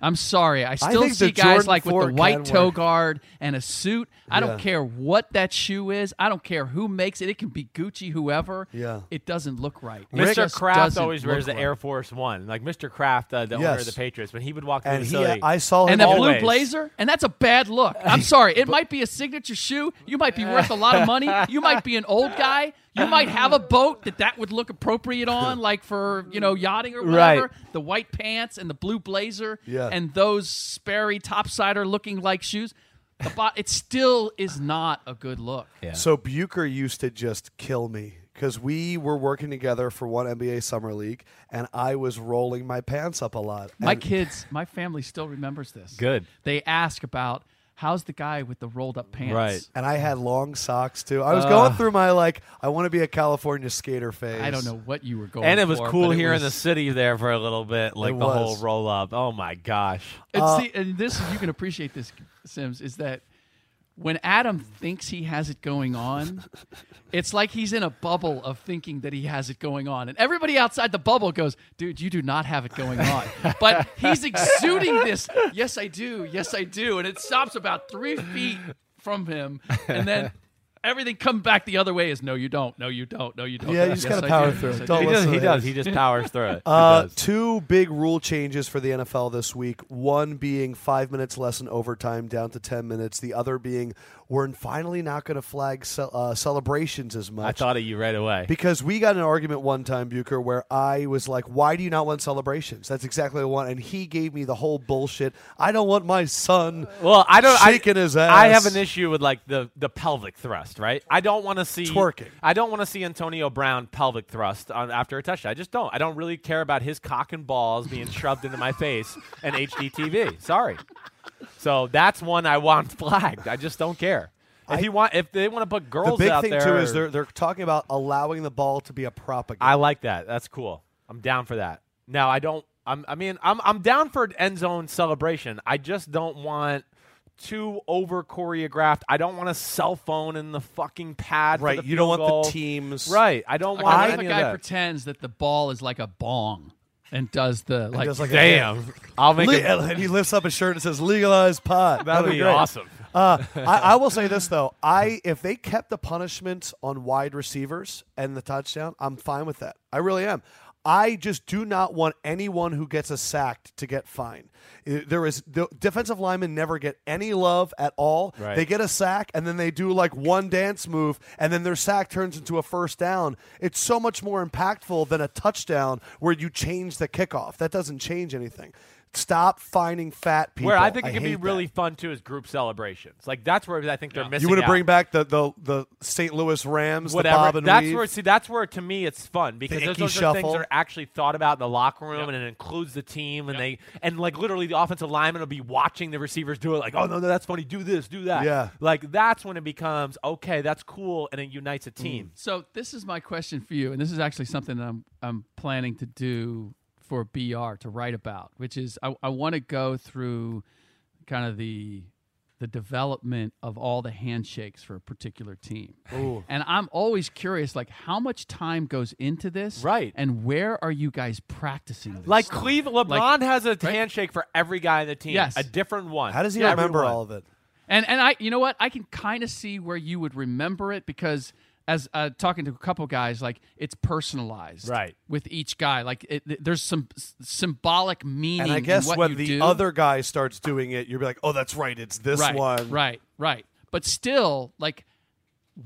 B: I'm sorry. I still
A: think the
B: see guys
A: Jordan
B: like with
A: 4
B: the
A: can
B: white toe
A: work.
B: guard and a suit. I
A: Yeah.
B: don't care what that shoe is. I don't care who makes it. It can be Gucci, whoever.
A: Yeah.
B: It doesn't look right. It
C: Mr.
B: just
C: Kraft
B: doesn't
C: always wears
B: look
C: the
B: right.
C: Air Force One. Like Mr. Kraft, uh, the owner
A: Yes.
C: of the Patriots, when he would walk through
A: And
C: the
A: he,
C: facility,
A: I saw him
B: and the blue
C: Always.
B: blazer, and that's a bad look. I'm sorry. It might be a signature shoe. You might be worth a lot of money. You might be an old guy. You might have a boat that that would look appropriate on, like for you know yachting or whatever.
C: Right.
B: The white pants and the blue blazer,
A: Yeah.
B: and those Sperry topsider looking like shoes. The bo- it still is not a good look.
A: So Bucher used to just kill me because we were working together for one NBA summer league, and I was rolling my pants up a lot.
B: My
A: And-
B: kids, my family still remembers this.
C: Good.
B: They ask about how's the guy with the rolled up pants.
C: Right.
A: and I
C: Oh.
A: had long socks too. I was going through my like, I want to be a California skater phase.
B: I don't know what you were going.
C: and it was
B: for,
C: cool
B: but it
C: here in the
B: was-
C: city there for a little bit, like
A: It
C: the whole
A: was.
C: roll up. Oh my gosh!
B: And
A: Uh,
B: see, and this you can appreciate this, Sims, is that when Adam thinks he has it going on, it's like he's in a bubble of thinking that he has it going on, and everybody outside the bubble goes, "Dude, you do not have it going on." but he's exuding this. Yes, I do. Yes, I do. And it stops about three feet from him, and then. Everything come back the other way is no, you don't, no, you don't, no, you don't.
A: Yeah, you just gotta
B: I
A: power
B: do.
A: through it.
B: I do."
A: Don't
C: He
A: Well,
C: does.
A: so
C: He
A: it
C: does.
A: is.
C: He just powers through it. He
A: Uh,
C: does.
A: two big rule changes for the NFL this week. One being five minutes less in overtime, down to ten minutes. The other being we're finally not going to flag ce- uh, celebrations as much.
C: I thought of you right away.
A: Because we got in an argument one time, Bucher, where I was like, "Why do you not want celebrations?" That's exactly what I want, and he gave me the whole bullshit. I don't want my son.
C: Well, I don't.
A: Shaking
C: I,
A: his ass.
C: I have an issue with like the the pelvic thrust. thrust, right? I don't want to see
A: Twerking.
C: I don't want to see Antonio Brown pelvic thrust on, after a touchdown. I just don't. I don't really care about his cock and balls being shoved into my face and HDTV. Sorry. So that's one I want flagged. I just don't care. If you want, if they want to put
A: The
C: girls
A: big
C: out
A: thing
C: there,
A: too is they're they're talking about allowing the ball to be a prop again.
C: I like that. That's cool. I'm down for that. Now I don't. I'm, I mean, I'm I'm down for an end zone celebration. I just don't want too over choreographed. I don't want a cell phone in the fucking pad. for
A: right,
C: the
A: you don't
C: field
A: want
C: goal.
A: the teams.
C: Right. I don't
B: Like,
C: want
B: what if
C: any
B: a
C: of
B: guy
C: that.
B: pretends that the ball is like a bong and does the like,
A: does, like, a-
C: Damn. I'll make
A: Le-
C: it.
A: and he lifts up his shirt and says legalized pot.
C: That
A: That'd
C: would be
A: great.
C: awesome.
A: Uh, I, I will say this though: I if they kept the punishment on wide receivers and the touchdown, I'm fine with that. I really am. I just do not want anyone who gets a sack to get fined. Uh, There is the defensive linemen never get any love at all.
C: Right.
A: They get a sack and then they do like one dance move and then their sack turns into a first down. It's so much more impactful than a touchdown where you change the kickoff. That doesn't change anything. Stop finding fat people.
C: Where I think it can be
A: hate that.
C: really fun too is group celebrations. Like that's where I think they're missing.
A: You want to
C: out.
A: bring back the, the, the St. Louis Rams,
C: whatever.
A: the Bob and
C: that's
A: Weave?
C: where see that's where to me it's fun because
A: The
C: those,
A: icky
C: those are things
A: shuffle.
C: that are actually thought about in the locker room and it includes the team and they and like literally the offensive lineman will be watching the receivers do it like oh no no that's funny do this do that
A: Yeah.
C: like that's when it becomes okay that's cool and it unites a team.
A: Mm.
B: So this is my question for you, and this is actually something that I'm I'm planning to do for BR to write about, which is I, I want to go through kind of the the development of all the handshakes for a particular team. And I'm always curious like how much time goes into this?
C: Right.
B: And where are you guys practicing this?
C: Like
B: stuff?
C: Cleveland, LeBron has a handshake for every guy in the team.
B: Yes.
C: a different one.
A: How does he
C: Yeah,
A: remember
C: everyone.
A: all of it?
B: And and I, you know what, I can kind of see where you would remember it because as uh, talking to a couple guys, like it's personalized,
C: Right.
B: With each guy, like it, th- there's some s- symbolic meaning.
A: And I
B: in
A: guess
B: what
A: when
B: you
A: the
B: do.
A: other guy starts doing it, you'll be like, oh, that's right. It's this
B: right,
A: one.
B: right, right. But still, like.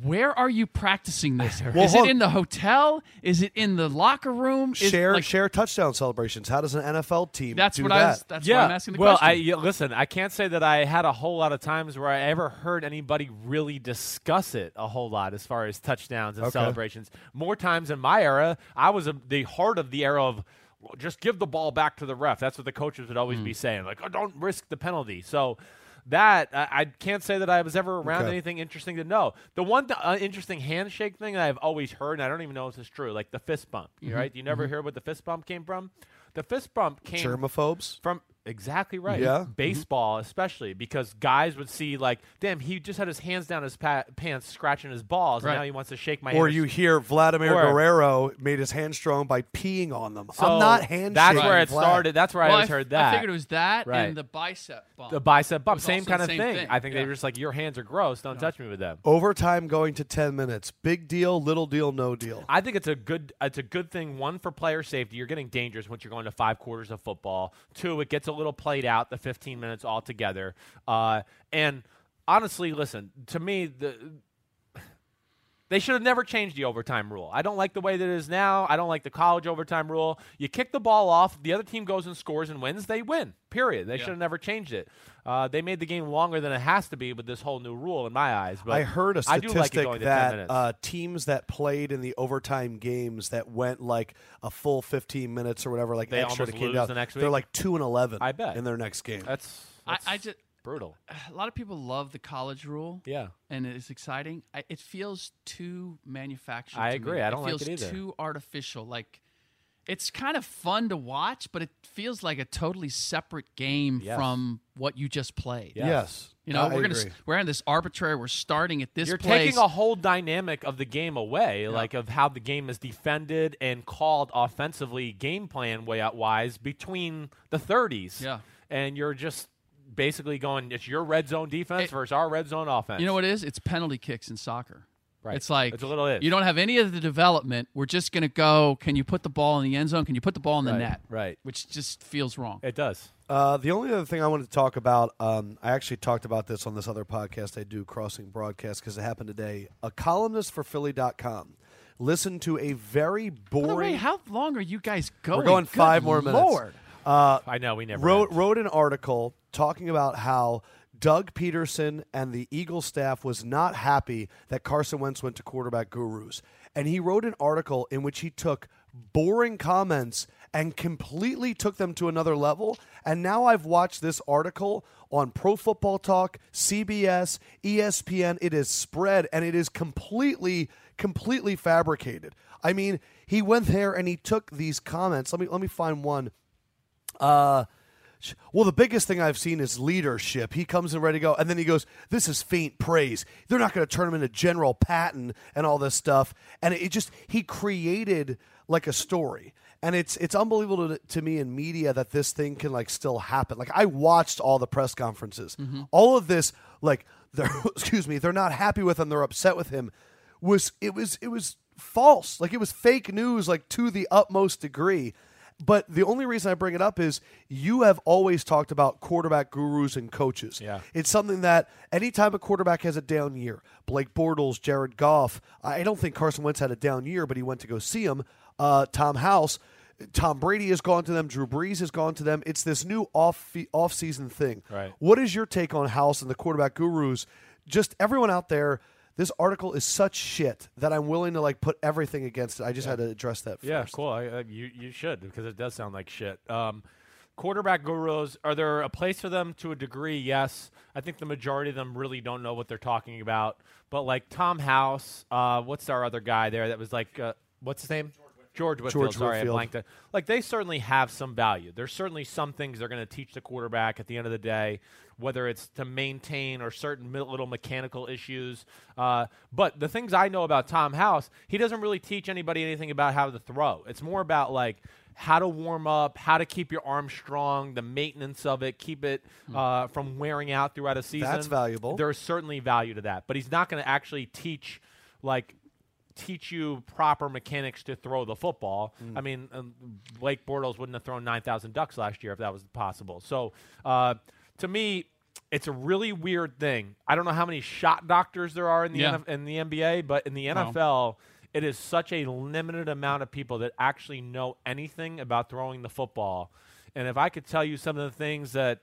B: Where are you practicing this?
A: Well,
B: Is
A: hold-
B: it in the hotel? Is it in the locker room? Is-
A: Share
B: like,
A: share touchdown celebrations. How does an NFL team
B: That's
A: do
B: what
A: that?
B: I was. That's why I'm asking the
C: well, I,
B: question.
C: yeah, listen, I can't say that I had a whole lot of times where I ever heard anybody really discuss it a whole lot as far as touchdowns and celebrations. More times in my era, I was a, the heart of the era of "Well, just give the ball back to the ref. That's what the coaches would always be saying, like, oh, don't risk the penalty. So that I, I can't say that I was ever around
A: Okay.
C: anything interesting to know. The one th- uh, interesting handshake thing that I've always heard, and I don't even know if this is true, like the fist bump. you Right? You never hear where the fist bump came from. The fist bump came
A: Germaphobes?
C: from exactly right.
A: Yeah. mm-hmm.
C: Baseball, especially because guys would see like, damn, he just had his hands down his pa- pants, scratching his balls,
B: Right.
C: and now he wants to shake my.
A: Or
C: hand
A: you hear Vladimir
C: Or-
A: Guerrero made his hand strong by peeing on them.
C: So
A: I'm not handshaking.
C: That's where it
A: Vlad.
C: started. That's where I
B: Well,
C: always
B: f-
C: heard that.
B: I figured it was that
C: Right.
B: and the bicep bump.
C: the bicep bump,
B: was
C: same
B: also
C: kind
B: the
C: of
B: same
C: thing.
B: thing.
C: I think they
B: Yeah.
C: were just like, your hands are gross. Don't touch me with them.
A: Overtime going to 10 minutes. Big deal, little deal, no deal.
C: I think it's a good it's a good thing. One for player safety, you're getting dangerous once you're going to five quarters of football. Two, it gets a little played out the 15 minutes altogether. Uh, and honestly, listen to me the. They should have never changed the overtime rule. I don't like the way that it is now. I don't like the college overtime rule. You kick the ball off, the other team goes and scores and wins, they win. Period. They should have never changed it. Uh, they made the game longer than it has to be with this whole new rule, in my eyes. But
A: I heard a
C: I do like it
A: statistic
C: going to 10
A: that
C: minutes.
A: uh, teams that played in the overtime games that went like a full 15 minutes or whatever, like
C: They
A: extra
C: almost
A: that came
C: lose
A: down,
C: the next
A: they're
C: week?
A: like two and 11.
C: I bet.
A: in their next game.
C: that's,
B: I,
C: that's
B: I just
C: brutal.
B: a lot of people love the college rule.
C: Yeah.
B: and it's exciting. I, it feels too manufactured.
C: I
B: to
C: agree.
B: Me.
C: I don't like
B: feels
C: it either.
B: Too artificial. Like it's kind of fun to watch, but it feels like a totally separate game
C: Yes.
B: from what you just played.
C: Yeah.
A: Yes,
B: You know,
A: I
B: we're gonna
A: agree.
B: s- we're in this arbitrary. We're starting at this
C: You're
B: place.
C: taking a whole dynamic of the game away, like of how the game is defended and called offensively, game plan way out wise between the 30s.
B: Yeah.
C: and you're just basically going, it's your red zone
B: It-
C: defense versus our red zone offense.
B: you know what it is? It's penalty kicks in soccer.
C: Right.
B: It's like
C: It's a little it.
B: you don't have any of the development. We're just gonna go. Can you put the ball in the end zone? Can you put the ball in the
C: Right,
B: net?
C: right.
B: Which just feels wrong.
C: It does.
A: Uh, the only other thing I wanted to talk about, um, I actually talked about this on this other podcast I do, Crossing Broadcast, because it happened today. A columnist for Philly.com listened to a very
B: By the
A: boring.
B: way, how long are you guys going?
A: we're going
B: Good
A: five more minutes.
B: Lord.
C: Uh, I know we never
A: wrote
C: end.
A: wrote an article talking about how Doug Peterson and the Eagles staff was not happy that Carson Wentz went to quarterback gurus. And he wrote an article in which he took boring comments and completely took them to another level. And now I've watched this article on Pro Football Talk, CBS, ESPN. It is spread and it is completely, completely fabricated. I mean, he went there and he took these comments. Let me let me find one. Uh, sh- well, the biggest thing I've seen is leadership. He comes in ready to go, and then he goes, "This is faint praise. They're not going to turn him into General Patton and all this stuff." And it, it just he created like a story, and it's it's unbelievable to, to me in media that this thing can like still happen. Like I watched all the press conferences, all of this like they're excuse me, they're not happy with him, they're upset with him. Was it was it was false? Like it was fake news, like to the utmost degree. But the only reason I bring it up is you have always talked about quarterback gurus and coaches.
C: Yeah.
A: It's something that anytime a quarterback has a down year, Blake Bortles, Jared Goff, I don't think Carson Wentz had a down year, but he went to go see him. Uh, Tom House, Tom Brady has gone to them. Drew Brees has gone to them. It's this new off off season thing.
C: Right.
A: What is your take on House and the quarterback gurus? Just everyone out there. This article is such shit that I'm willing to like put everything against it. I just had to address that.
C: Yeah,
A: first.
C: cool. I, I, you you should because it does sound like shit. Um, quarterback gurus are there a place for them to a degree? Yes, I think the majority of them really don't know what they're talking about. But like Tom House, uh, what's our other guy there that was like, uh, what's his name? George Whitfield.
A: George
C: sorry,
A: Whitfield.
C: I blanked it. Like they certainly have some value. There's certainly some things they're going to teach the quarterback at the end of the day, whether it's to maintain or certain mi- little mechanical issues. Uh, but the things I know about Tom House, he doesn't really teach anybody anything about how to throw. It's more about like how to warm up, how to keep your arm strong, the maintenance of it, keep it uh, from wearing out throughout a season.
A: valuable.
C: There's certainly value to that, but he's not going to actually teach like teach you proper mechanics to throw the football. I mean, um, Blake Bortles wouldn't have thrown 9,000 ducks last year if that was possible. So, uh, to me, it's a really weird thing. I don't know how many shot doctors there are in the
B: Yeah.
C: NF in the NBA, but in the NFL, it is such a limited amount of people that actually know anything about throwing the football. And if I could tell you some of the things that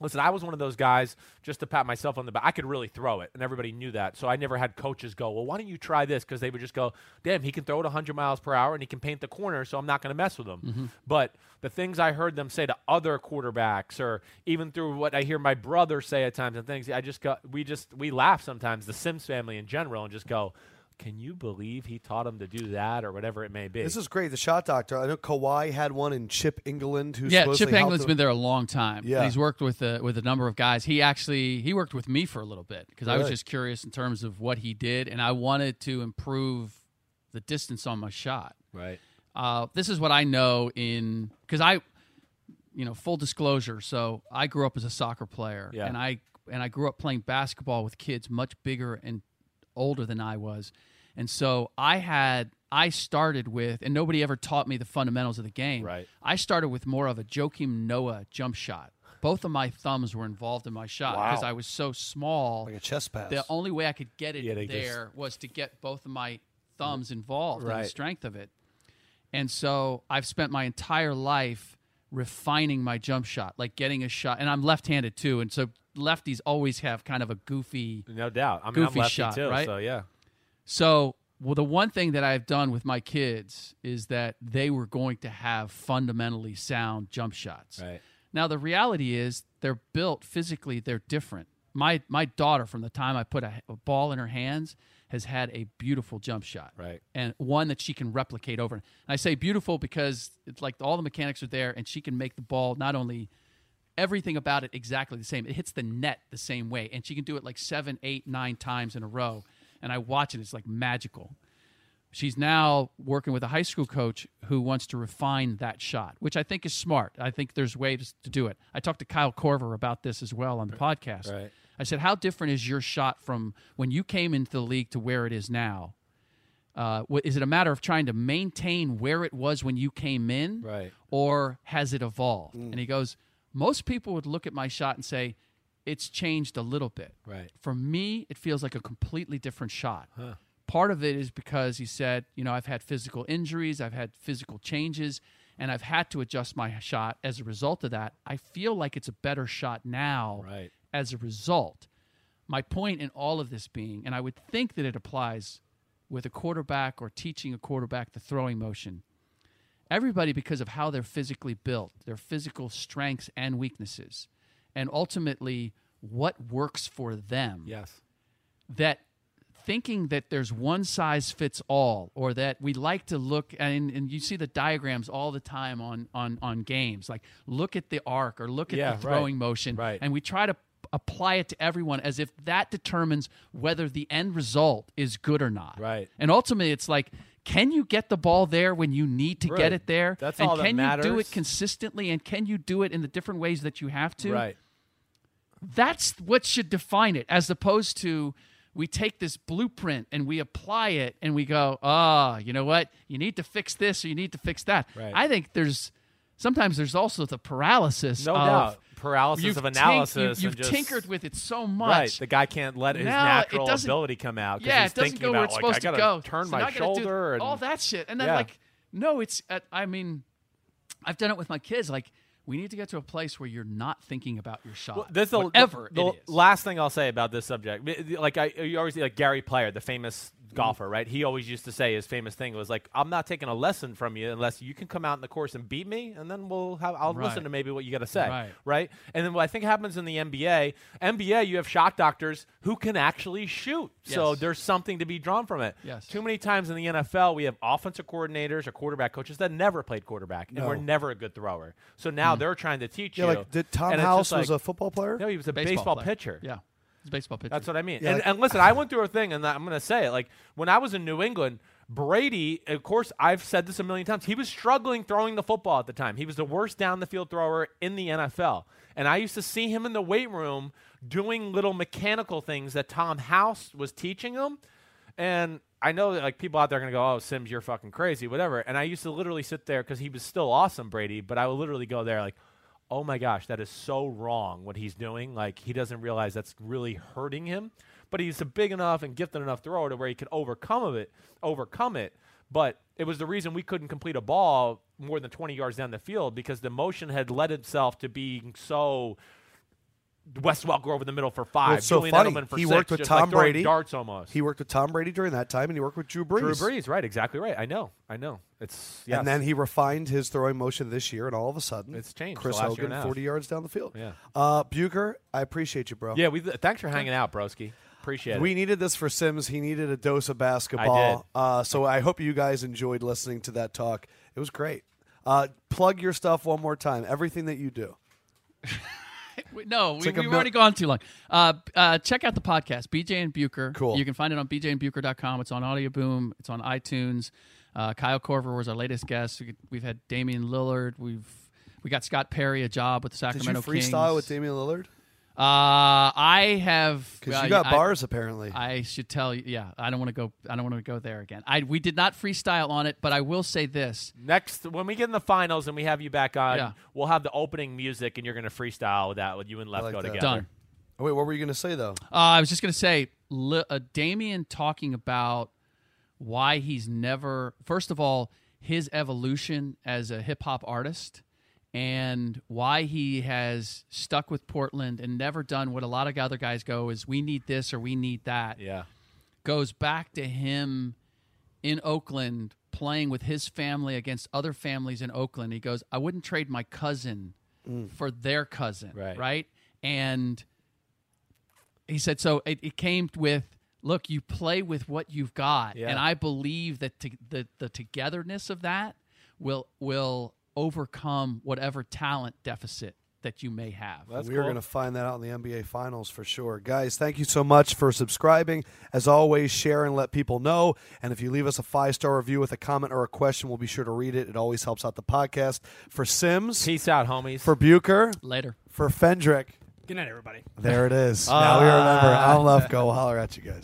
C: Listen, I was one of those guys just to pat myself on the back. I could really throw it, and everybody knew that. So I never had coaches go, "Well, why don't you try this?" Because they would just go, "Damn, he can throw it 100 miles per hour, and he can paint the corner, so I'm not going to mess with him."
B: Mm-hmm.
C: But the things I heard them say to other quarterbacks, or even through what I hear my brother say at times, and things, I just got we just we laugh sometimes. The Sims family in general, and just go, "Can you believe he taught him to do that, or whatever it may be?"
A: This is great. The shot doctor. I know Kawhi had one in Chip England. Who
B: yeah,
A: supposedly
B: Chip England's
A: helped
B: been there a long time.
A: Yeah.
B: Yeah. He's worked with a, with a number of guys. He actually he worked with me for a little bit because I was
A: Really?
B: just curious in terms of what he did, and I wanted to improve the distance on my shot.
C: right.
B: Uh, this is what I know in because I, you know, full disclosure. So I grew up as a soccer player,
C: Yeah.
B: and I and I grew up playing basketball with kids much bigger and older than I was, and so I had I started with, and nobody ever taught me the fundamentals of the game.
C: Right.
B: I started with more of a Joakim Noah jump shot. Both of my thumbs were involved in my shot because I was so small.
A: like a chest pass.
B: The only way I could get it
C: Yeah, they just-
B: there was to get both of my thumbs involved in
C: Right.
B: the strength of it. And so I've spent my entire life refining my jump shot, like getting a shot. And I'm left handed too. And so lefties always have kind of a goofy.
C: No doubt. I mean,
B: Goofy
C: I'm lefty
B: shot,
C: too,
B: right?
C: so yeah.
B: So well, the one thing that I've done with my kids is that they were going to have fundamentally sound jump shots.
C: Right.
B: Now the reality is they're built physically they're different. My my daughter from the time I put a, a ball in her hands has had a beautiful jump shot.
C: Right.
B: And one that she can replicate over. And I say beautiful because it's like all the mechanics are there and she can make the ball not only everything about it exactly the same. It hits the net the same way and she can do it like seven, eight, nine times in a row. And I watch it it's like magical she's now working with a high school coach who wants to refine that shot, which I think is smart. I think there's ways to do it. I talked to Kyle Corver about this as well on the podcast.
C: Right.
B: I said, "How different is your shot from when you came into the league to where it is now? Uh, wh- is it a matter of trying to maintain where it was when you came in,
C: Right. Mm.
B: or has it evolved?" And he goes, "Most people would look at my shot and say." It's changed a little bit.
C: Right.
B: For me, it feels like a completely different shot. Part of it is because he said, you know, I've had physical injuries, I've had physical changes, and I've had to adjust my shot as a result of that. I feel like it's a better shot now
C: Right.
B: as a result. My point in all of this being, and I would think that it applies with a quarterback or teaching a quarterback the throwing motion. Everybody, because of how they're physically built, their physical strengths and weaknesses, and ultimately what works for them
C: Yes.
B: that thinking that there's one size fits all or that we like to look and, and you see the diagrams all the time on on on games like look at the arc or look at
C: Yeah,
B: the
C: right.
B: throwing motion
C: Right.
B: and we try to p- apply it to everyone as if that determines whether the end result is good or not
C: Right.
B: and ultimately it's like can you get the ball there when you need to
C: Right.
B: get it there
C: That's
B: and
C: all that
B: can you do
C: matters.
B: it consistently and can you do it in the different ways that you have to
C: Right.
B: that's what should define it as opposed to we take this blueprint and we apply it and we go ah you know what you need to fix this or you need to fix that
C: Right.
B: i think there's sometimes there's also the paralysis
C: No
B: of
C: doubt. Paralysis
B: you've
C: of
B: tink-
C: analysis.
B: you, have
C: and just,
B: tinkered with it so much
C: Right. The guy can't let his
B: Now, it
C: natural
B: doesn't-
C: ability come out. 'cause
B: yeah
C: he's
B: it doesn't
C: thinking
B: go where
C: about,
B: it's
C: like, I
B: supposed to
C: gotta
B: go
C: Turn
B: So now
C: my
B: I gotta do
C: shoulder and
B: all that shit and then
C: Yeah.
B: like no it's uh, i mean i've done it with my kids like we need to get to a place where you're not thinking about your shot
C: Well, this is the-
B: whatever
C: the,
B: it is.
C: last thing I'll say about this subject, I- I- like I, you always see, like Gary Player, the famous
B: Mm-hmm.
C: golfer, right? He always used to say his famous thing was like, "I'm not taking a lesson from you unless you can come out in the course and beat me, and then we'll have I'll
B: Right.
C: listen to maybe what you got to say."
B: Right.
C: right? And then what I think happens in the NBA, NBA, you have shot doctors who can actually shoot. So
B: Yes.
C: there's something to be drawn from it.
B: Yes.
C: Too many times in the NFL, we have offensive coordinators or quarterback coaches that never played quarterback and were never a good thrower. So
B: Mm.
C: now they're trying to teach
A: Yeah,
C: you.
A: like did Tom
C: and it's
A: House
C: just
A: was
C: like-
A: a football player?
C: no, he was a baseball,
B: player.
C: pitcher.
B: Yeah, he's a baseball pitcher.
C: That's what I mean.
A: Yeah,
C: and,
A: like-
C: and listen, I went through a thing, and I'm going to say it. Like, when I was in New England, Brady, of course, I've said this a million times, he was struggling throwing the football at the time. He was the worst down the field thrower in the NFL. And I used to see him in the weight room doing little mechanical things that Tom House was teaching him. And I know that, like people out there are gonna go, "Oh, Sims, you're fucking crazy, whatever." And I used to literally sit there because he was still awesome, Brady. But I would literally go there like, "Oh my gosh, that is so wrong what he's doing. Like he doesn't realize that's really hurting him." But he's a big enough and gifted enough thrower to where he could overcome of it, overcome it. But it was the reason we couldn't complete a ball more than 20 yards down the field because the motion had led itself to being so Wes Welker over the middle for five,
A: Well, it's so
C: Julian
A: funny.
C: Edelman for
A: He
C: six,
A: worked with
C: just like
A: Tom
C: throwing
A: Brady.
C: darts almost.
A: He worked with Tom Brady during that time, and he worked with Drew Brees.
C: Drew Brees, right? Exactly right. I know. I know. It's yes.
A: And then he refined his throwing motion this year, and all of a sudden,
C: It's changed
A: Chris
C: the last
A: Hogan,
C: year and a half.
A: 40 yards down the field.
C: Yeah.
A: Uh, Bucher, I appreciate you, bro.
C: yeah. We thanks for hanging out, Broski. Appreciate
A: We
C: it.
A: needed this for Sims. He needed a dose of basketball.
C: I did.
A: Uh, so I hope you guys enjoyed listening to that talk. It was great. Uh, plug your stuff one more time. Everything that you do.
B: We- No, we,
A: like a
B: we've
A: mil-
B: already gone too long. Uh, uh, check out the podcast, BJ and Bucher.
A: Cool.
B: You can find it on bjandbucher.com. It's on Audio Boom. It's on iTunes. Uh, Kyle Corver was our latest guest. We, we've had Damian Lillard. We've we got Scott Perry a job with the
A: Did
B: Sacramento
A: you freestyle
B: Kings.
A: with Damian Lillard?
B: Uh, I have
A: Because
B: uh,
A: you got
B: I-
A: bars apparently.
B: I should tell you. Yeah, I don't want to go. I don't want to go there again. I we did not freestyle on it, but I will say this.
C: Next, when we get in the finals and we have you back on,
B: Yeah.
C: we'll have the opening music, and you're gonna freestyle with that with you and Left
A: like
C: go
A: that.
C: together.
B: Done.
A: oh, wait, what were you going to say though?
B: Uh, I was just going to say, li- uh, Damien talking about why he's never, first of all, his evolution as a hip hop artist and why he has stuck with Portland and never done what a lot of other guys go is we need this or we need that
C: Yeah.
B: goes back to him in Oakland playing with his family against other families in Oakland. He goes, I wouldn't trade my cousin for their cousin.
C: Mm. Right.
B: And he said, so it, it came with, look, you play with what you've got.
C: Yeah.
B: And I believe that to, the, the togetherness of that will, will overcome whatever talent deficit that you may have.
A: we are going to find that out in the NBA Finals for sure. Guys, thank you so much for subscribing. As always, share and let people know. And if you leave us a five star review with a comment or a question, we'll be sure to read it. It always helps out the podcast. For Sims,
C: Peace out, homies.
A: for Bucher,
B: Later.
A: for Fendrick.
D: Good night, everybody.
B: Ah.
A: There it is. now we remember. I'm left. Go holler at you guys.